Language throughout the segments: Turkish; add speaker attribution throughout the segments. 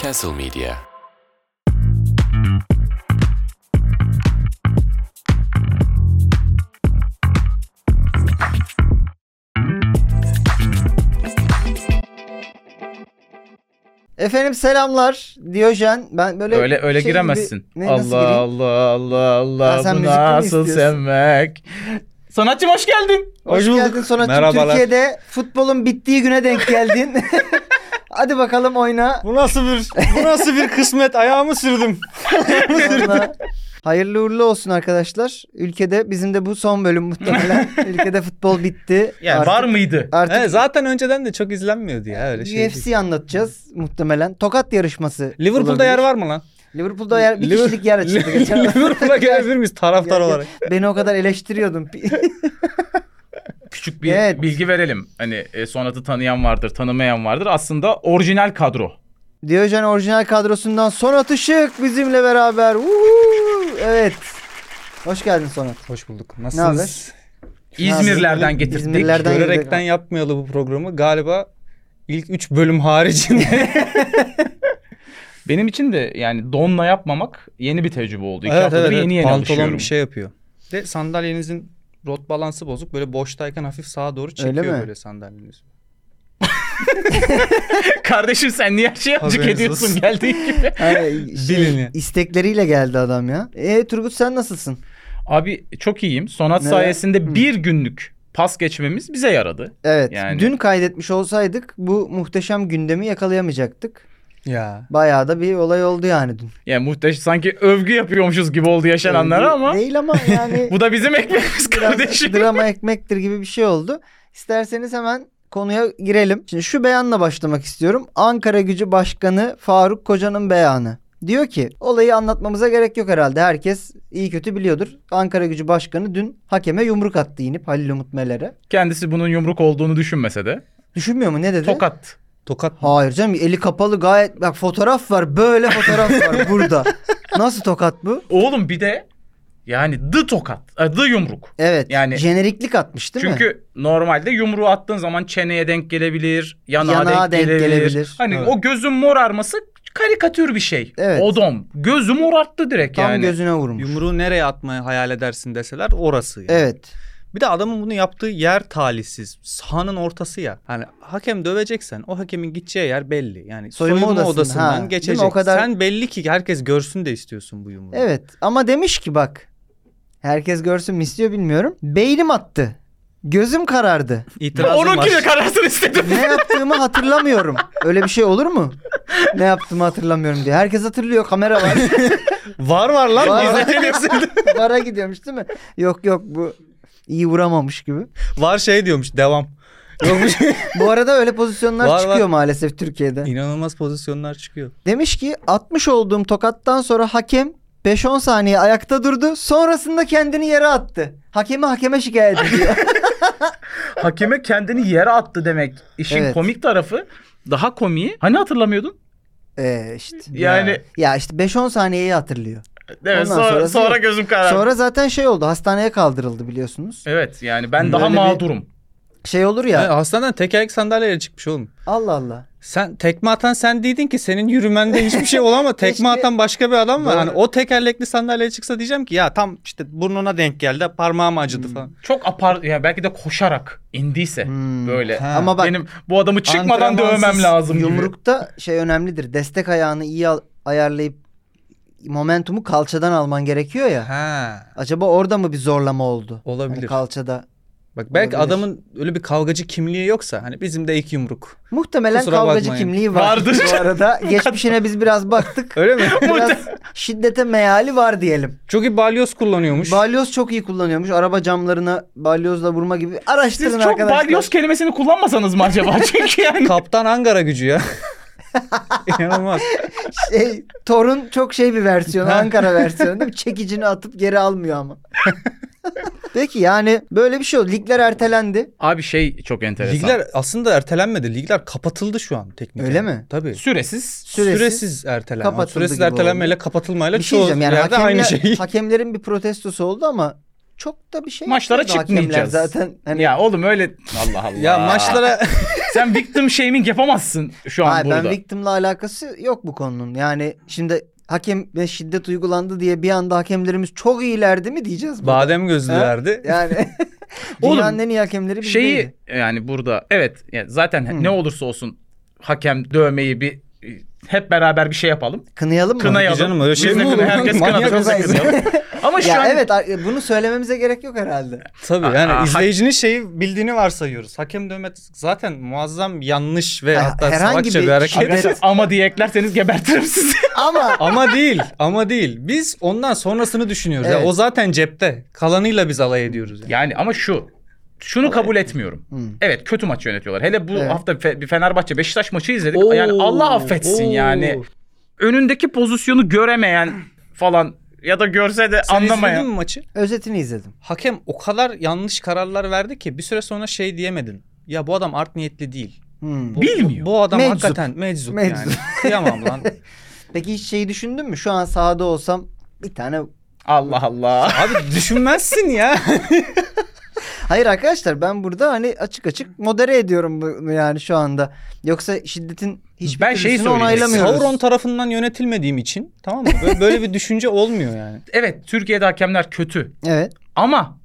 Speaker 1: Castle Media.
Speaker 2: Efendim selamlar. Diyojen ben böyle
Speaker 3: Öyle öyle
Speaker 2: şey
Speaker 3: giremezsin.
Speaker 2: gibi- Ne, nasıl
Speaker 3: Allah
Speaker 2: gireyim?
Speaker 3: Allah Allah Allah
Speaker 2: Ha, sen
Speaker 3: bu
Speaker 2: müzikli mi
Speaker 3: nasıl
Speaker 2: istiyorsun?
Speaker 3: sevmek? Sanatçım hoş geldin.
Speaker 2: Hoş geldin sonra
Speaker 4: Merhabalar.
Speaker 2: Türkiye'de futbolun bittiği güne denk geldin. Hadi bakalım oyna.
Speaker 4: Bu nasıl bir bu nasıl bir kısmet ayağımı sürdüm.
Speaker 2: Sonra- Hayırlı uğurlu olsun arkadaşlar. Ülkede bizim de bu son bölüm muhtemelen. Ülkede futbol bitti.
Speaker 3: Yani
Speaker 2: Artık-
Speaker 3: var mıydı?
Speaker 2: Artık
Speaker 4: He, zaten önceden de çok izlenmiyordu ya öyle şey.
Speaker 2: UFC anlatacağız muhtemelen. Tokat yarışması.
Speaker 4: Liverpool'da
Speaker 2: olabilir.
Speaker 4: yer var mı lan?
Speaker 2: Liverpool'da yer, bir
Speaker 4: Liver-
Speaker 2: kişilik yer açıldı geçen.
Speaker 4: Liverpool'a gelebilir miyiz taraftar
Speaker 2: Gel, gel.
Speaker 4: olarak?
Speaker 2: Beni o kadar eleştiriyordun.
Speaker 3: Küçük bir
Speaker 2: Evet.
Speaker 3: bilgi verelim. Hani e, sonatı tanıyan vardır, tanımayan vardır. Aslında orijinal kadro.
Speaker 2: Diyojen orijinal kadrosundan Sonat Işık bizimle beraber. Woohoo! Evet. Hoş geldin Sonat.
Speaker 4: Hoş bulduk.
Speaker 2: Nasılsınız?
Speaker 4: Nasılsınız?
Speaker 3: İzmirlerden getirdik.
Speaker 2: İzmirlerden-
Speaker 4: Görerekten yapmayalı bu programı galiba ilk 3 bölüm haricinde.
Speaker 3: Benim için de yani donla yapmamak yeni bir tecrübe oldu. İki haftadır yeni yeni
Speaker 4: Pantolon
Speaker 3: alışıyorum.
Speaker 4: bir şey yapıyor. Bir De sandalyenizin rot balansı bozuk. Böyle boştayken hafif sağa doğru çekiyor
Speaker 2: mi?
Speaker 4: böyle sandalyeniz.
Speaker 3: Kardeşim sen niye her şeye acık
Speaker 4: Haberiniz
Speaker 3: ediyorsun
Speaker 4: olsun.
Speaker 3: geldiğin gibi?
Speaker 2: Abi, şey,
Speaker 4: Bilin ya.
Speaker 2: istekleriyle geldi adam ya. E Turgut sen nasılsın?
Speaker 3: Abi çok iyiyim. Sonat
Speaker 2: Neden?
Speaker 3: sayesinde bir günlük pas geçmemiz bize yaradı.
Speaker 2: Evet.
Speaker 3: Yani-
Speaker 2: Dün kaydetmiş olsaydık bu muhteşem gündemi yakalayamayacaktık.
Speaker 4: Ya.
Speaker 2: Bayağı da bir olay oldu yani dün.
Speaker 3: Yani muhteşem sanki övgü yapıyormuşuz gibi oldu yaşananlara
Speaker 2: Övgü
Speaker 3: ama
Speaker 2: Ee, Değil ama yani
Speaker 3: bu da bizim ekmeğimiz
Speaker 2: biraz
Speaker 3: kardeşim.
Speaker 2: drama ekmektir gibi bir şey oldu. İsterseniz hemen konuya girelim. Şimdi şu beyanla başlamak istiyorum. Ankara Gücü Başkanı Faruk Koca'nın beyanı. Diyor ki olayı anlatmamıza gerek yok herhalde. Herkes iyi kötü biliyordur. Ankara Gücü Başkanı dün hakeme yumruk attı inip Halil Umut Meler'e.
Speaker 3: Kendisi bunun yumruk olduğunu düşünmese de
Speaker 2: Düşünmüyor mu ne dedi?
Speaker 3: tokat.
Speaker 4: Tokat
Speaker 2: Hayır canım eli kapalı gayet bak fotoğraf var böyle fotoğraf var burada. Nasıl tokat bu?
Speaker 3: Oğlum bir de yani dı tokat, e, dı yumruk.
Speaker 2: Evet yani
Speaker 3: Yani-
Speaker 2: jeneriklik atmış değil mi?
Speaker 3: Çünkü normalde yumruğu attığın zaman çeneye denk gelebilir, yanağa,
Speaker 2: Yanağa
Speaker 3: denk,
Speaker 2: denk
Speaker 3: gelebilir.
Speaker 2: gelebilir.
Speaker 3: Hani
Speaker 4: Evet.
Speaker 3: o gözün morarması karikatür bir şey.
Speaker 2: Evet.
Speaker 3: Odom. Gözü morarttı direkt
Speaker 2: Tam
Speaker 3: yani.
Speaker 2: gözüne vurmuş.
Speaker 4: Yumruğu nereye atmayı hayal edersin deseler orası. yani.
Speaker 2: Evet.
Speaker 4: Bir de adamın bunu yaptığı yer talihsiz. Sahanın ortası ya. Hani hakem döveceksen o hakemin gideceği yer belli. Yani
Speaker 2: Soyunma
Speaker 4: soyunma,
Speaker 2: odasının, ha.
Speaker 4: odasından
Speaker 2: Değil mi?
Speaker 4: geçecek.
Speaker 2: O kadar-
Speaker 4: Sen belli ki herkes görsün de istiyorsun bu yumruğu.
Speaker 2: Evet ama demiş ki bak herkes görsün mü istiyor bilmiyorum. Beynim attı. Gözüm karardı.
Speaker 4: İtirazım
Speaker 3: Onun
Speaker 4: var.
Speaker 3: gibi kararsın istedim.
Speaker 2: Ne yaptığımı hatırlamıyorum. Öyle bir şey olur mu? Ne yaptığımı hatırlamıyorum diye. Herkes hatırlıyor kamera var.
Speaker 4: Var var lan.
Speaker 2: Var.
Speaker 4: Var,
Speaker 2: Bara gidiyormuş değil mi? Yok yok bu iyi vuramamış gibi.
Speaker 4: var şey diyormuş devam. Yokmuş.
Speaker 2: Bu arada öyle pozisyonlar
Speaker 4: Var,
Speaker 2: çıkıyor
Speaker 4: var.
Speaker 2: maalesef Türkiye'de.
Speaker 4: İnanılmaz pozisyonlar çıkıyor.
Speaker 2: Demiş ki 60 olduğum tokattan sonra hakem 5-10 saniye ayakta durdu. Sonrasında kendini yere attı. Hakemi hakeme şikayet ediyor.
Speaker 3: Hakeme kendini yere attı demek. İşin
Speaker 2: Evet.
Speaker 3: komik tarafı daha komiği. Hani hatırlamıyordun?
Speaker 2: ee, işte.
Speaker 3: Yani
Speaker 4: Ya.
Speaker 2: Ya işte 5-10 saniyeyi hatırlıyor.
Speaker 3: evet,
Speaker 2: Ondan
Speaker 3: sonra,
Speaker 2: sonrası
Speaker 3: sonra
Speaker 2: yok.
Speaker 3: gözüm karardı.
Speaker 2: Sonra zaten şey oldu hastaneye kaldırıldı biliyorsunuz.
Speaker 3: Evet yani ben daha
Speaker 2: Böyle bir-
Speaker 3: mağdurum.
Speaker 2: Şey olur
Speaker 4: Ya.
Speaker 2: ya
Speaker 4: hastaneden tekerlek sandalyeye çıkmış oğlum.
Speaker 2: Allah Allah.
Speaker 4: Sen tekme atan sen değildin ki senin yürümende hiçbir şey olamaz.
Speaker 2: Keşke-
Speaker 4: tekme atan başka bir adam var.
Speaker 2: Doğru.
Speaker 4: Hani o tekerlekli sandalyeye çıksa diyeceğim ki ya tam işte burnuna denk geldi parmağım acıdı falan.
Speaker 3: Çok apar yani belki de koşarak indiyse
Speaker 2: Hmm.
Speaker 3: böyle.
Speaker 4: Ha.
Speaker 2: Ama bak
Speaker 3: Benim bu adamı çıkmadan
Speaker 4: Antrenmansız
Speaker 3: dövmem lazım gibi.
Speaker 2: yumrukta şey önemlidir. Destek ayağını iyi al- ayarlayıp momentumu kalçadan alman gerekiyor ya.
Speaker 4: Ha.
Speaker 2: Acaba orada mı bir zorlama oldu? Hani
Speaker 4: Olabilir.
Speaker 2: kalçada.
Speaker 4: Bak belki
Speaker 2: Olabilir.
Speaker 4: adamın öyle bir kavgacı kimliği yoksa hani bizim de ilk yumruk.
Speaker 2: Muhtemelen
Speaker 4: Kusura
Speaker 2: kavgacı
Speaker 4: bakmayın.
Speaker 2: kimliği var.
Speaker 3: Vardır.
Speaker 2: Bu arada geçmişine biz biraz baktık.
Speaker 4: Öyle mi?
Speaker 2: biraz şiddete meyali var diyelim.
Speaker 4: Çok iyi balyoz kullanıyormuş.
Speaker 2: Balyoz çok iyi kullanıyormuş. Araba camlarına balyozla vurma gibi. Araştırın
Speaker 3: Siz çok
Speaker 2: arkadaşlar.
Speaker 3: balyoz kelimesini kullanmasanız mı acaba? Çünkü yani
Speaker 4: Kaptan Ankara gücü ya. İnanılmaz.
Speaker 2: şey, Torun çok şey bir versiyonu.
Speaker 4: Ha.
Speaker 2: Ankara versiyonu değil mi? Çekicini atıp geri almıyor ama. Peki yani böyle bir şey oldu. Ligler ertelendi.
Speaker 3: Abi şey çok enteresan.
Speaker 4: Ligler aslında ertelenmedi. Ligler kapatıldı şu an teknik.
Speaker 2: Öyle
Speaker 4: olarak.
Speaker 2: mi?
Speaker 4: Tabii.
Speaker 3: Süresiz.
Speaker 2: Süresiz.
Speaker 4: Süresiz, ertelen.
Speaker 2: kapatıldı
Speaker 4: Süresiz
Speaker 2: gibi
Speaker 4: ertelenmeyle kapatılmayla
Speaker 2: Bir şey
Speaker 4: çoğu
Speaker 2: diyeceğim yani
Speaker 4: yerde
Speaker 2: hakemler-
Speaker 4: aynı şey.
Speaker 2: hakemlerin bir protestosu oldu ama çok da bir şey
Speaker 3: Maçlara
Speaker 2: yapmadı hakemler
Speaker 3: çıkmayacağız.
Speaker 2: Zaten hani
Speaker 3: Ya oğlum öyle Allah Allah.
Speaker 4: Ya maçlara
Speaker 3: Sen victim shaming yapamazsın şu an
Speaker 2: Hayır,
Speaker 3: burada.
Speaker 2: ben victimle alakası yok bu konunun. Yani şimdi hakem ve şiddet uygulandı diye bir anda hakemlerimiz çok iyilerdi mi diyeceğiz burada.
Speaker 4: Badem gözlülerdi.
Speaker 2: Yani
Speaker 3: Oğlum,
Speaker 2: dünyanın en iyi hakemleri biz
Speaker 3: Şeyi
Speaker 2: değildi.
Speaker 3: yani burada evet yani zaten
Speaker 2: Hı.
Speaker 3: ne olursa olsun hakem dövmeyi bir hep beraber bir şey yapalım.
Speaker 2: Kınayalım mı?
Speaker 3: Kınayalım.
Speaker 4: Canım öyle şey
Speaker 3: Biz de
Speaker 4: mi olur?
Speaker 3: kınayalım, herkes
Speaker 4: Manyak
Speaker 3: kınadı. biz de
Speaker 2: mısınız?
Speaker 3: kınayalım. Ama şu
Speaker 2: ya
Speaker 3: an
Speaker 2: evet ar- bunu söylememize gerek yok herhalde.
Speaker 4: Tabii
Speaker 3: Aa,
Speaker 4: yani
Speaker 3: ha-
Speaker 4: izleyicinin şeyi bildiğini varsayıyoruz. Hakem dövmek zaten muazzam yanlış ve
Speaker 2: Ha-
Speaker 4: hatta
Speaker 2: herhangi
Speaker 4: salakça
Speaker 2: bir
Speaker 4: bir hareket.
Speaker 2: şiddet-
Speaker 3: Arkadaşlar, ama diye eklerseniz gebertirim sizi.
Speaker 2: Ama
Speaker 4: ama değil, ama değil. Biz ondan sonrasını düşünüyoruz. Ya
Speaker 2: Evet.
Speaker 4: o zaten cepte. Kalanıyla biz alay ediyoruz. Yani.
Speaker 3: yani ama şu şunu kabul etmiyorum.
Speaker 2: Hı.
Speaker 3: Evet kötü maç yönetiyorlar. Hele bu
Speaker 2: Evet.
Speaker 3: hafta Fe- bir Fenerbahçe Beşiktaş maçı izledik.
Speaker 4: Oo,
Speaker 3: yani Allah affetsin
Speaker 4: oo.
Speaker 3: yani. Önündeki pozisyonu göremeyen falan ya da görse de
Speaker 4: Sen
Speaker 3: anlamayan.
Speaker 4: izledin mi maçı?
Speaker 2: özetini izledim.
Speaker 4: Hakem o kadar yanlış kararlar verdi ki bir süre sonra şey diyemedin. Ya bu adam art niyetli değil.
Speaker 2: Hmm.
Speaker 4: Bu,
Speaker 3: Bilmiyor.
Speaker 4: Bu, bu adam
Speaker 2: Meczup.
Speaker 4: hakikaten meczup,
Speaker 2: Meczup.
Speaker 4: yani. Kıyamam lan.
Speaker 2: Peki hiç şeyi düşündün mü? Şu an sahada olsam bir tane
Speaker 3: Allah Allah.
Speaker 4: Abi düşünmezsin ya.
Speaker 2: Hayır arkadaşlar ben burada hani açık açık modere ediyorum bunu yani şu anda. Yoksa şiddetin hiçbir
Speaker 3: Ben
Speaker 2: ben
Speaker 3: şeyi
Speaker 2: türlüsünü
Speaker 3: söyleyecektim.
Speaker 2: onaylamıyoruz.
Speaker 4: Sauron tarafından yönetilmediğim için tamam mı? Böyle, böyle bir düşünce olmuyor yani.
Speaker 3: Evet Türkiye'de hakemler kötü.
Speaker 2: Evet.
Speaker 3: Ama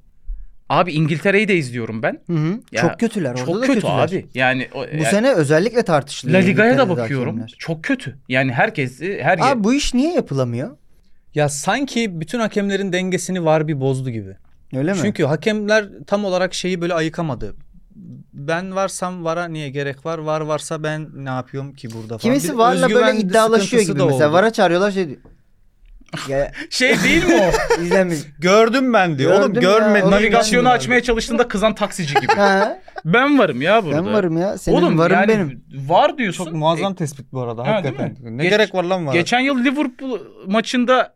Speaker 3: abi İngiltere'yi de izliyorum ben.
Speaker 2: Hı hı.
Speaker 3: Ya,
Speaker 2: çok kötüler orada
Speaker 3: Çok
Speaker 2: da
Speaker 3: kötü
Speaker 2: kötüler.
Speaker 3: abi. Yani o-
Speaker 2: Bu
Speaker 3: yani
Speaker 2: sene özellikle tartışılıyor.
Speaker 3: La Liga'ya da
Speaker 2: İngiltere'de
Speaker 3: bakıyorum.
Speaker 2: Ee, hakemler.
Speaker 3: Çok kötü. Yani herkesi her yer.
Speaker 2: Abi bu iş niye yapılamıyor?
Speaker 4: Ya sanki bütün hakemlerin dengesini var bir bozdu gibi.
Speaker 2: Öyle mi?
Speaker 4: Çünkü hakemler tam olarak şeyi böyle ayıkamadı. Ben varsam vara niye gerek var? Var varsa ben ne yapıyorum ki burada falan.
Speaker 2: Kimisi
Speaker 4: Bir
Speaker 2: varla böyle
Speaker 4: özgüven
Speaker 2: iddialaşıyor
Speaker 4: sıkıntısı
Speaker 2: gibi
Speaker 4: da
Speaker 2: mesela.
Speaker 4: oldu.
Speaker 2: Vara çağırıyorlar şey diyor. Ya
Speaker 3: Şey değil mi o?
Speaker 2: izlemeyiz.
Speaker 4: Gördüm ben diyor. Oğlum
Speaker 2: Gördüm ya,
Speaker 4: görmedim.
Speaker 2: oğlum
Speaker 3: Navigasyonu
Speaker 4: Ben-
Speaker 3: açmaya çalıştığında kızan taksici gibi.
Speaker 2: ha,
Speaker 3: ben varım ya burada.
Speaker 2: ben varım ya. Senin varım
Speaker 3: yani
Speaker 2: benim.
Speaker 3: Var diyorsun.
Speaker 4: Çok muazzam tespit bu arada
Speaker 3: Ha,
Speaker 4: hakikaten.
Speaker 3: değil mi?
Speaker 4: Ne
Speaker 3: Geç-
Speaker 4: gerek var lan
Speaker 3: E,
Speaker 4: var?
Speaker 3: geçen yıl Liverpool maçında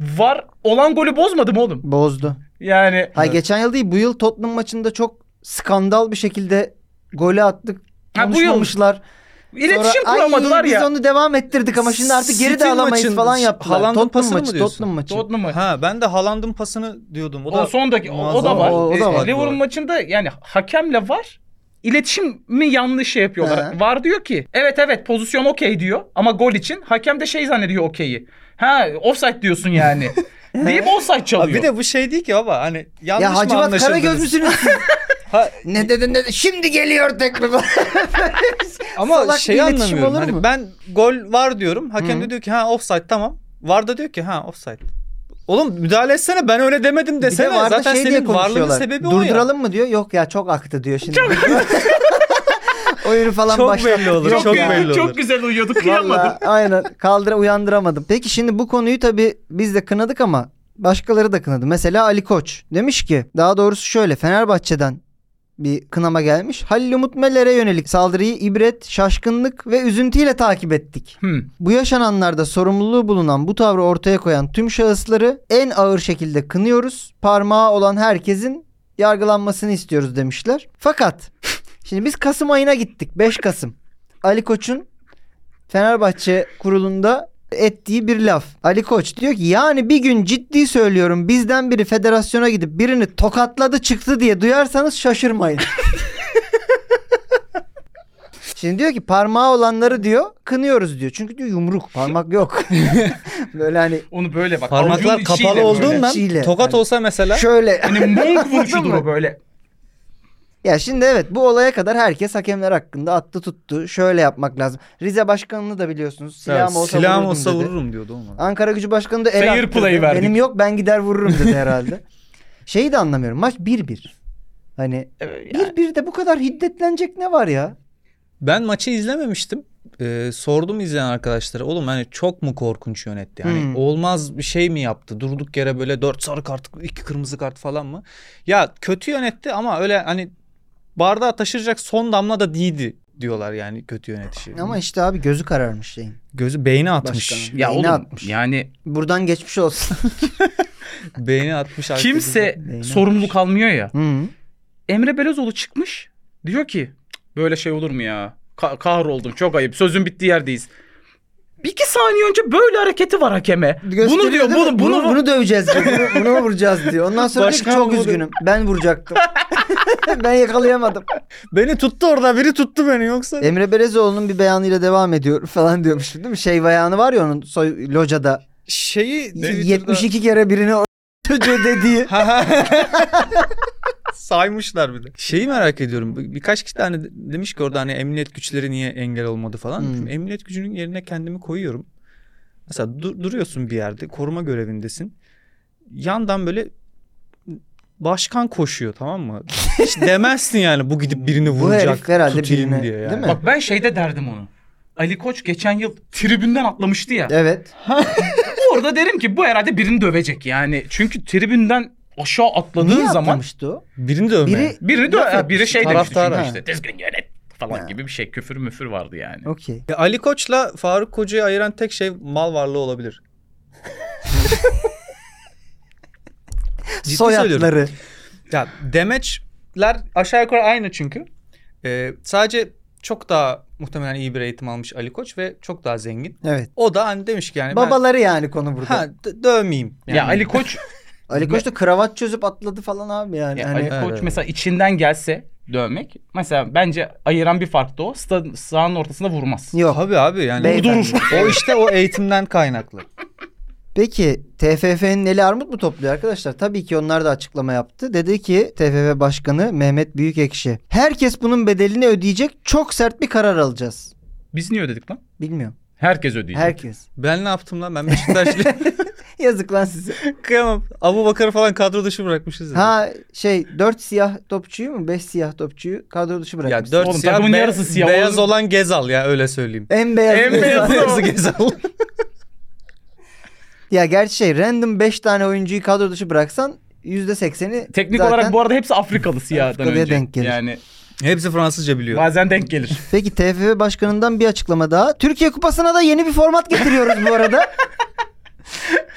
Speaker 3: var olan golü bozmadım oğlum.
Speaker 2: Bozdu.
Speaker 3: Yani
Speaker 2: Hayır
Speaker 4: Evet.
Speaker 2: geçen yıl değil bu yıl Tottenham maçında çok skandal bir şekilde golü attık.
Speaker 3: Ha, bu yıl.
Speaker 2: Konuşmamışlar.
Speaker 3: iletişim
Speaker 2: Sonra, "Ay,
Speaker 3: kuramadılar ya.
Speaker 2: Biz onu devam ettirdik ama şimdi artık geri de
Speaker 4: City
Speaker 2: alamayız
Speaker 4: maçın-
Speaker 2: falan yaptılar.
Speaker 4: Haaland'ın
Speaker 2: Tottenham
Speaker 4: pasını mı
Speaker 2: maçı,
Speaker 4: diyorsun?
Speaker 2: Tottenham maçı.
Speaker 3: Tottenham'ı.
Speaker 4: Ha ben de Haaland'ın pasını diyordum. O
Speaker 3: O,
Speaker 4: da
Speaker 3: sondaki o, o da
Speaker 4: muazzam.
Speaker 3: var.
Speaker 2: O- o da var.
Speaker 3: E, Liverpool maçında yani hakemle var. İletişimi yanlış şey yapıyorlar.
Speaker 2: He.
Speaker 3: Var diyor ki evet evet pozisyon okey diyor ama gol için hakem de şey zannediyor okeyi. Ha offside diyorsun yani. deyip offside
Speaker 4: Ha,
Speaker 3: çalıyor.
Speaker 4: bir de bu şey değil ki baba hani yanlış
Speaker 2: Ya
Speaker 4: mı
Speaker 2: Hacivat
Speaker 4: anlaşıldınız?
Speaker 2: Karagöz müsünüz?
Speaker 4: Ha,
Speaker 2: ne dedi ne dedi? Şimdi geliyor tekrar.
Speaker 4: Ama
Speaker 2: Salak bir
Speaker 4: şey
Speaker 2: iletişim
Speaker 4: anlamıyorum.
Speaker 2: olur
Speaker 4: Hani
Speaker 2: mu?
Speaker 4: ben gol var diyorum. Hakem de diyor ki ha offside tamam. Var da diyor ki ha offside. Oğlum müdahale etsene ben öyle demedim
Speaker 2: Bir de
Speaker 4: desene.
Speaker 2: VAR'da
Speaker 4: Zaten
Speaker 2: şey diye
Speaker 4: senin varlığının
Speaker 2: konuşuyorlar.
Speaker 4: sebebi o ya.
Speaker 2: Durduralım mı diyor? Yok ya çok aktı diyor şimdi. Oyunu falan
Speaker 4: Çok
Speaker 2: başlattık.
Speaker 4: belli olur,
Speaker 2: Yok
Speaker 4: çok
Speaker 2: ya.
Speaker 4: belli olur.
Speaker 3: çok güzel uyuyorduk kıyamadım.
Speaker 2: Valla aynen kaldıra uyandıramadım. Peki şimdi bu konuyu tabii biz de kınadık ama başkaları da kınadı. Mesela Ali Koç demiş ki daha doğrusu şöyle Fenerbahçe'den bir kınama gelmiş. Halil Umut Meler'e yönelik saldırıyı ibret, şaşkınlık ve üzüntüyle takip ettik.
Speaker 3: Hmm.
Speaker 2: Bu yaşananlarda sorumluluğu bulunan bu tavrı ortaya koyan tüm şahısları en ağır şekilde kınıyoruz. Parmağı olan herkesin yargılanmasını istiyoruz demişler. Fakat şimdi biz Kasım ayına gittik. 5 Kasım. Ali Koç'un Fenerbahçe kurulunda ettiği bir laf. Ali Koç diyor ki yani bir gün ciddi söylüyorum bizden biri federasyona gidip birini tokatladı çıktı diye duyarsanız şaşırmayın. Şimdi diyor ki parmağı olanları diyor kınıyoruz diyor. Çünkü diyor yumruk parmak yok. Böyle hani
Speaker 3: Onu böyle bak. avucunun
Speaker 4: Parmaklar
Speaker 3: içiyle
Speaker 4: kapalı
Speaker 3: böyle.
Speaker 4: olduğundan
Speaker 2: İçiyle.
Speaker 4: tokat
Speaker 2: Hani-
Speaker 4: olsa mesela
Speaker 2: şöyle.
Speaker 3: Hani monk vuruşudur o böyle.
Speaker 2: Ya şimdi evet bu olaya kadar herkes hakemler hakkında attı tuttu. Şöyle yapmak lazım. Rize başkanını da biliyorsunuz. Silahım
Speaker 4: Evet,
Speaker 2: olsa
Speaker 4: silahım
Speaker 2: vururdum
Speaker 4: olsa
Speaker 2: dedi.
Speaker 4: vururum diyordu oğlum.
Speaker 2: Ankara Gücü Başkanı da el
Speaker 3: Fair
Speaker 2: attı.
Speaker 3: play
Speaker 2: Benim
Speaker 3: verdik.
Speaker 2: yok ben gider vururum dedi herhalde. Şeyi de anlamıyorum. Maç 1-1. Hani
Speaker 3: Evet, yani.
Speaker 2: 1-1 de bu kadar hiddetlenecek ne var ya?
Speaker 4: Ben maçı izlememiştim. Ee, sordum izleyen arkadaşlara. Oğlum hani çok mu korkunç yönetti? Hani
Speaker 2: Hmm.
Speaker 4: olmaz bir şey mi yaptı? Durduk yere böyle dört sarı kart, iki kırmızı kart falan mı? Ya kötü yönetti ama öyle hani bardağı taşıracak son damla da değildi diyorlar yani kötü yönetişi.
Speaker 2: Ama işte abi gözü kararmış şeyin.
Speaker 4: gözü beyni atmış.
Speaker 2: Başkanım.
Speaker 3: Ya
Speaker 2: Beyni
Speaker 3: oğlum
Speaker 2: atmış.
Speaker 3: yani
Speaker 2: Buradan geçmiş olsun.
Speaker 4: Beyni atmış. arkadaşlar.
Speaker 3: kimse
Speaker 2: Beyni atmış.
Speaker 3: sorumluluk almıyor ya.
Speaker 2: Hı.
Speaker 3: Emre Belözoğlu çıkmış. Diyor ki "Cık, böyle şey olur mu ya? Ka- kahroldum çok ayıp. Sözün bittiği yerdeyiz. Bir iki saniye önce böyle hareketi var hakeme.
Speaker 2: Gösteriyor
Speaker 3: bunu diyor
Speaker 2: değil mi?
Speaker 3: bunu, bunu,
Speaker 2: bunu döveceğiz diyor. Bunu, bunu vuracağız diyor. Ondan sonra diyor ki,
Speaker 4: Başkan
Speaker 2: çok
Speaker 4: bunu-
Speaker 2: üzgünüm. Ben vuracaktım. ben yakalayamadım.
Speaker 4: Beni tuttu orada biri tuttu beni yoksa.
Speaker 2: Emre Belezoğlu'nun bir beyanıyla devam ediyor falan diyormuş değil mi? Şey beyanı var ya onun soy locada.
Speaker 4: Şeyi Twitter'da-
Speaker 2: 72 kere birine o çocuğu dediği.
Speaker 4: Ha, ha. Saymışlar bir de. Şeyi merak ediyorum. Bir- Birkaç kişi tane de- demiş ki orada hani emniyet güçleri niye engel olmadı falan.
Speaker 2: Hmm.
Speaker 4: Şimdi emniyet gücünün yerine kendimi koyuyorum. Mesela du- duruyorsun bir yerde koruma görevindesin. Yandan böyle başkan koşuyor tamam mı? Hiç demezsin yani bu gidip birini
Speaker 2: herif
Speaker 4: vuracak
Speaker 2: herhalde
Speaker 4: tutayım
Speaker 2: birine-
Speaker 4: diye yani.
Speaker 2: değil mi?
Speaker 3: Bak ben şeyde derdim onu. Ali Koç geçen yıl tribünden atlamıştı ya.
Speaker 2: Evet.
Speaker 3: Orada derim ki bu herhalde birini dövecek yani. Çünkü tribünden aşağı atladığın
Speaker 2: Niye
Speaker 3: zaman
Speaker 2: atlamıştı o?
Speaker 4: Birini dövmeye.
Speaker 2: Biri...
Speaker 3: birini dö ha, biri şey demişti
Speaker 4: Taraftar
Speaker 3: çünkü
Speaker 2: ha.
Speaker 3: işte düzgün yönet falan
Speaker 2: Ha.
Speaker 3: gibi bir şey küfür müfür vardı yani.
Speaker 2: Okey.
Speaker 4: Ya Ali Koç'la Faruk Koca'yı ayıran tek şey mal varlığı olabilir. Ciddi söylüyorum.
Speaker 2: Soyadları.
Speaker 4: Ya demeçler aşağı yukarı aynı çünkü. Ee, sadece çok daha muhtemelen iyi bir eğitim almış Ali Koç ve çok daha zengin.
Speaker 2: Evet.
Speaker 4: O da hani demiş ki yani
Speaker 2: Babaları yani konu
Speaker 4: ben
Speaker 2: burada.
Speaker 4: ha, d- dövmeyeyim. Yani.
Speaker 3: Ya Ali Koç
Speaker 2: Ali Koç da kravat çözüp atladı falan abi yani.
Speaker 3: Ya
Speaker 2: hani...
Speaker 3: Ali Koç
Speaker 4: Evet.
Speaker 3: mesela içinden gelse dövmek. Mesela bence ayıran bir fark da o. Sta- sahanın ortasında vurmaz.
Speaker 2: Yok.
Speaker 4: Tabii abi yani.
Speaker 2: Beyefendi.
Speaker 4: o işte o eğitimden kaynaklı.
Speaker 2: Peki TFF'nin eli armut mu topluyor arkadaşlar? Tabii ki onlar da açıklama yaptı. Dedi ki TFF Başkanı Mehmet Büyükekşi. Herkes bunun bedelini ödeyecek çok sert bir karar alacağız.
Speaker 3: Biz niye ödedik lan?
Speaker 2: Bilmiyorum.
Speaker 3: Herkes ödeyecek.
Speaker 2: Herkes.
Speaker 4: Ben ne yaptım lan? Ben Beşiktaşlı
Speaker 2: Yazık lan size.
Speaker 4: kıyamam. Abu Bakar'ı falan kadro dışı bırakmışız. ya.
Speaker 2: Ha şey 4 siyah topçuyu mu 5 siyah topçuyu kadro dışı
Speaker 4: Ya
Speaker 2: bırakmış.
Speaker 4: dört
Speaker 3: Oğlum,
Speaker 4: siyah,
Speaker 3: takımın
Speaker 4: be-
Speaker 3: yarısı siyah.
Speaker 4: beyaz
Speaker 3: Oğlum.
Speaker 4: olan Gezal ya öyle söyleyeyim.
Speaker 2: En beyaz.
Speaker 3: En beyaz.
Speaker 4: Beyazı Gezal.
Speaker 2: ya gerçi şey random 5 tane oyuncuyu kadro dışı bıraksan %80'i
Speaker 3: Teknik
Speaker 2: zaten-
Speaker 3: olarak bu arada hepsi Afrikalı siyahdan
Speaker 2: Afrikalıya
Speaker 3: önce.
Speaker 2: denk gelir.
Speaker 3: Yani
Speaker 4: Hepsi Fransızca biliyor.
Speaker 3: bazen denk gelir.
Speaker 2: Peki TFF Başkanı'ndan bir açıklama daha. Türkiye Kupası'na da yeni bir format getiriyoruz bu arada.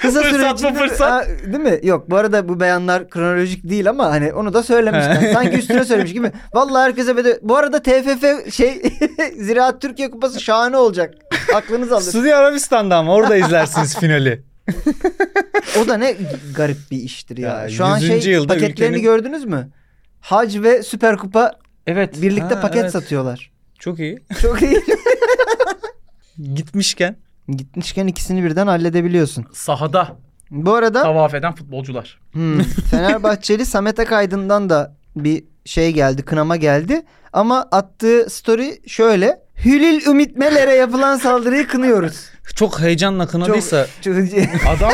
Speaker 2: Kısa
Speaker 3: Fırsat
Speaker 2: süre
Speaker 3: bu
Speaker 2: içinde-
Speaker 3: fırsat.
Speaker 2: Ha, değil mi? Yok bu arada bu beyanlar kronolojik değil ama hani onu da söylemişler.
Speaker 4: He.
Speaker 2: Sanki üstüne söylemiş gibi. Vallahi herkese bedel. Bu arada TFF şey Ziraat Türkiye Kupası şahane olacak. Aklınız alır.
Speaker 4: Suudi Arabistan'da ama orada izlersiniz finali.
Speaker 2: O da ne garip bir iştir ya.
Speaker 4: Ya,
Speaker 2: Şu an
Speaker 4: 100.
Speaker 2: şey
Speaker 4: yılda
Speaker 2: paketlerini
Speaker 4: ülkenin-
Speaker 2: gördünüz mü? Hac ve Süper Kupa
Speaker 3: Evet.
Speaker 2: birlikte
Speaker 4: Ha,
Speaker 2: paket
Speaker 4: evet.
Speaker 2: satıyorlar.
Speaker 4: Çok iyi.
Speaker 2: Çok iyi.
Speaker 4: Gitmişken
Speaker 2: Gitmişken ikisini birden halledebiliyorsun.
Speaker 3: Sahada
Speaker 2: Bu arada
Speaker 3: tavaf eden futbolcular.
Speaker 2: Hmm. Fenerbahçeli Samet Akaydın'dan da bir şey geldi, kınama geldi. Ama attığı story şöyle. Hülül Ümit Meler'e yapılan saldırıyı kınıyoruz.
Speaker 4: çok heyecanla kınadıysa
Speaker 2: Çünkü-
Speaker 3: Adam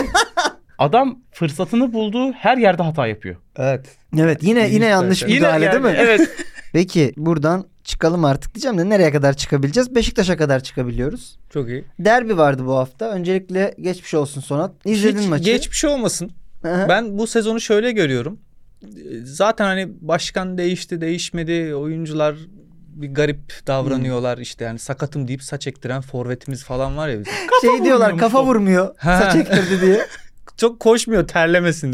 Speaker 3: adam fırsatını bulduğu her yerde hata yapıyor.
Speaker 4: Evet.
Speaker 2: evet yine yine
Speaker 4: İlginç
Speaker 2: yanlış
Speaker 4: bence.
Speaker 2: müdahale değil mi?
Speaker 3: Evet.
Speaker 2: Peki buradan çıkalım artık diyeceğim de nereye kadar çıkabileceğiz? Beşiktaş'a kadar çıkabiliyoruz.
Speaker 4: Çok iyi.
Speaker 2: Derbi vardı bu hafta. Öncelikle geçmiş olsun Sonat. İzledin
Speaker 4: Hiç
Speaker 2: maçı.
Speaker 4: geçmiş olmasın.
Speaker 2: Aha.
Speaker 4: Ben bu sezonu şöyle görüyorum. Zaten hani başkan değişti, değişmedi. Oyuncular bir garip davranıyorlar işte yani sakatım deyip saç ektiren forvetimiz falan var ya bizim.
Speaker 2: şey diyorlar kafa
Speaker 3: vurmuyormuş
Speaker 2: vurmuyor.
Speaker 4: Ha.
Speaker 2: Saç ektirdi diye.
Speaker 4: Çok koşmuyor terlemesin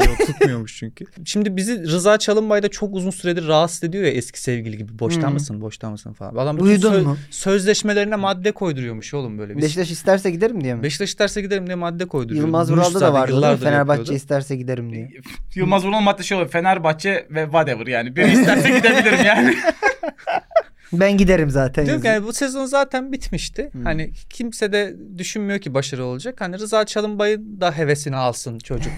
Speaker 4: diye tutmuyormuş çünkü. Şimdi bizi Rıza Çalınbay da çok uzun süredir rahatsız ediyor ya eski sevgili gibi. Boşta
Speaker 2: Hı.
Speaker 4: mısın, boşta mısın falan. Adam bütün
Speaker 2: Uyudun
Speaker 4: söz-
Speaker 2: Hmm. mu?
Speaker 4: sözleşmelerine madde koyduruyormuş oğlum böyle. Biz.
Speaker 2: Beşiktaş isterse giderim diye mi?
Speaker 4: Beşiktaş derse giderim diye madde koyduruyor.
Speaker 2: Yılmaz
Speaker 4: Durmuş
Speaker 2: Vural'da da
Speaker 4: zaten,
Speaker 2: vardı. değil mi?
Speaker 4: hani yıllardır
Speaker 2: Fenerbahçe
Speaker 4: yapıyordu.
Speaker 2: isterse giderim diye.
Speaker 3: Yılmaz Vural'ın madde şey oluyor. Fenerbahçe ve whatever yani. Biri isterse gidebilirim yani.
Speaker 2: Ben giderim zaten.
Speaker 4: Diyorum ki
Speaker 2: yazın.
Speaker 4: yani bu sezon zaten bitmişti.
Speaker 2: Hmm.
Speaker 4: Hani kimse de düşünmüyor ki başarı olacak. Hani Rıza Çalınbay'ın da hevesini alsın çocuk.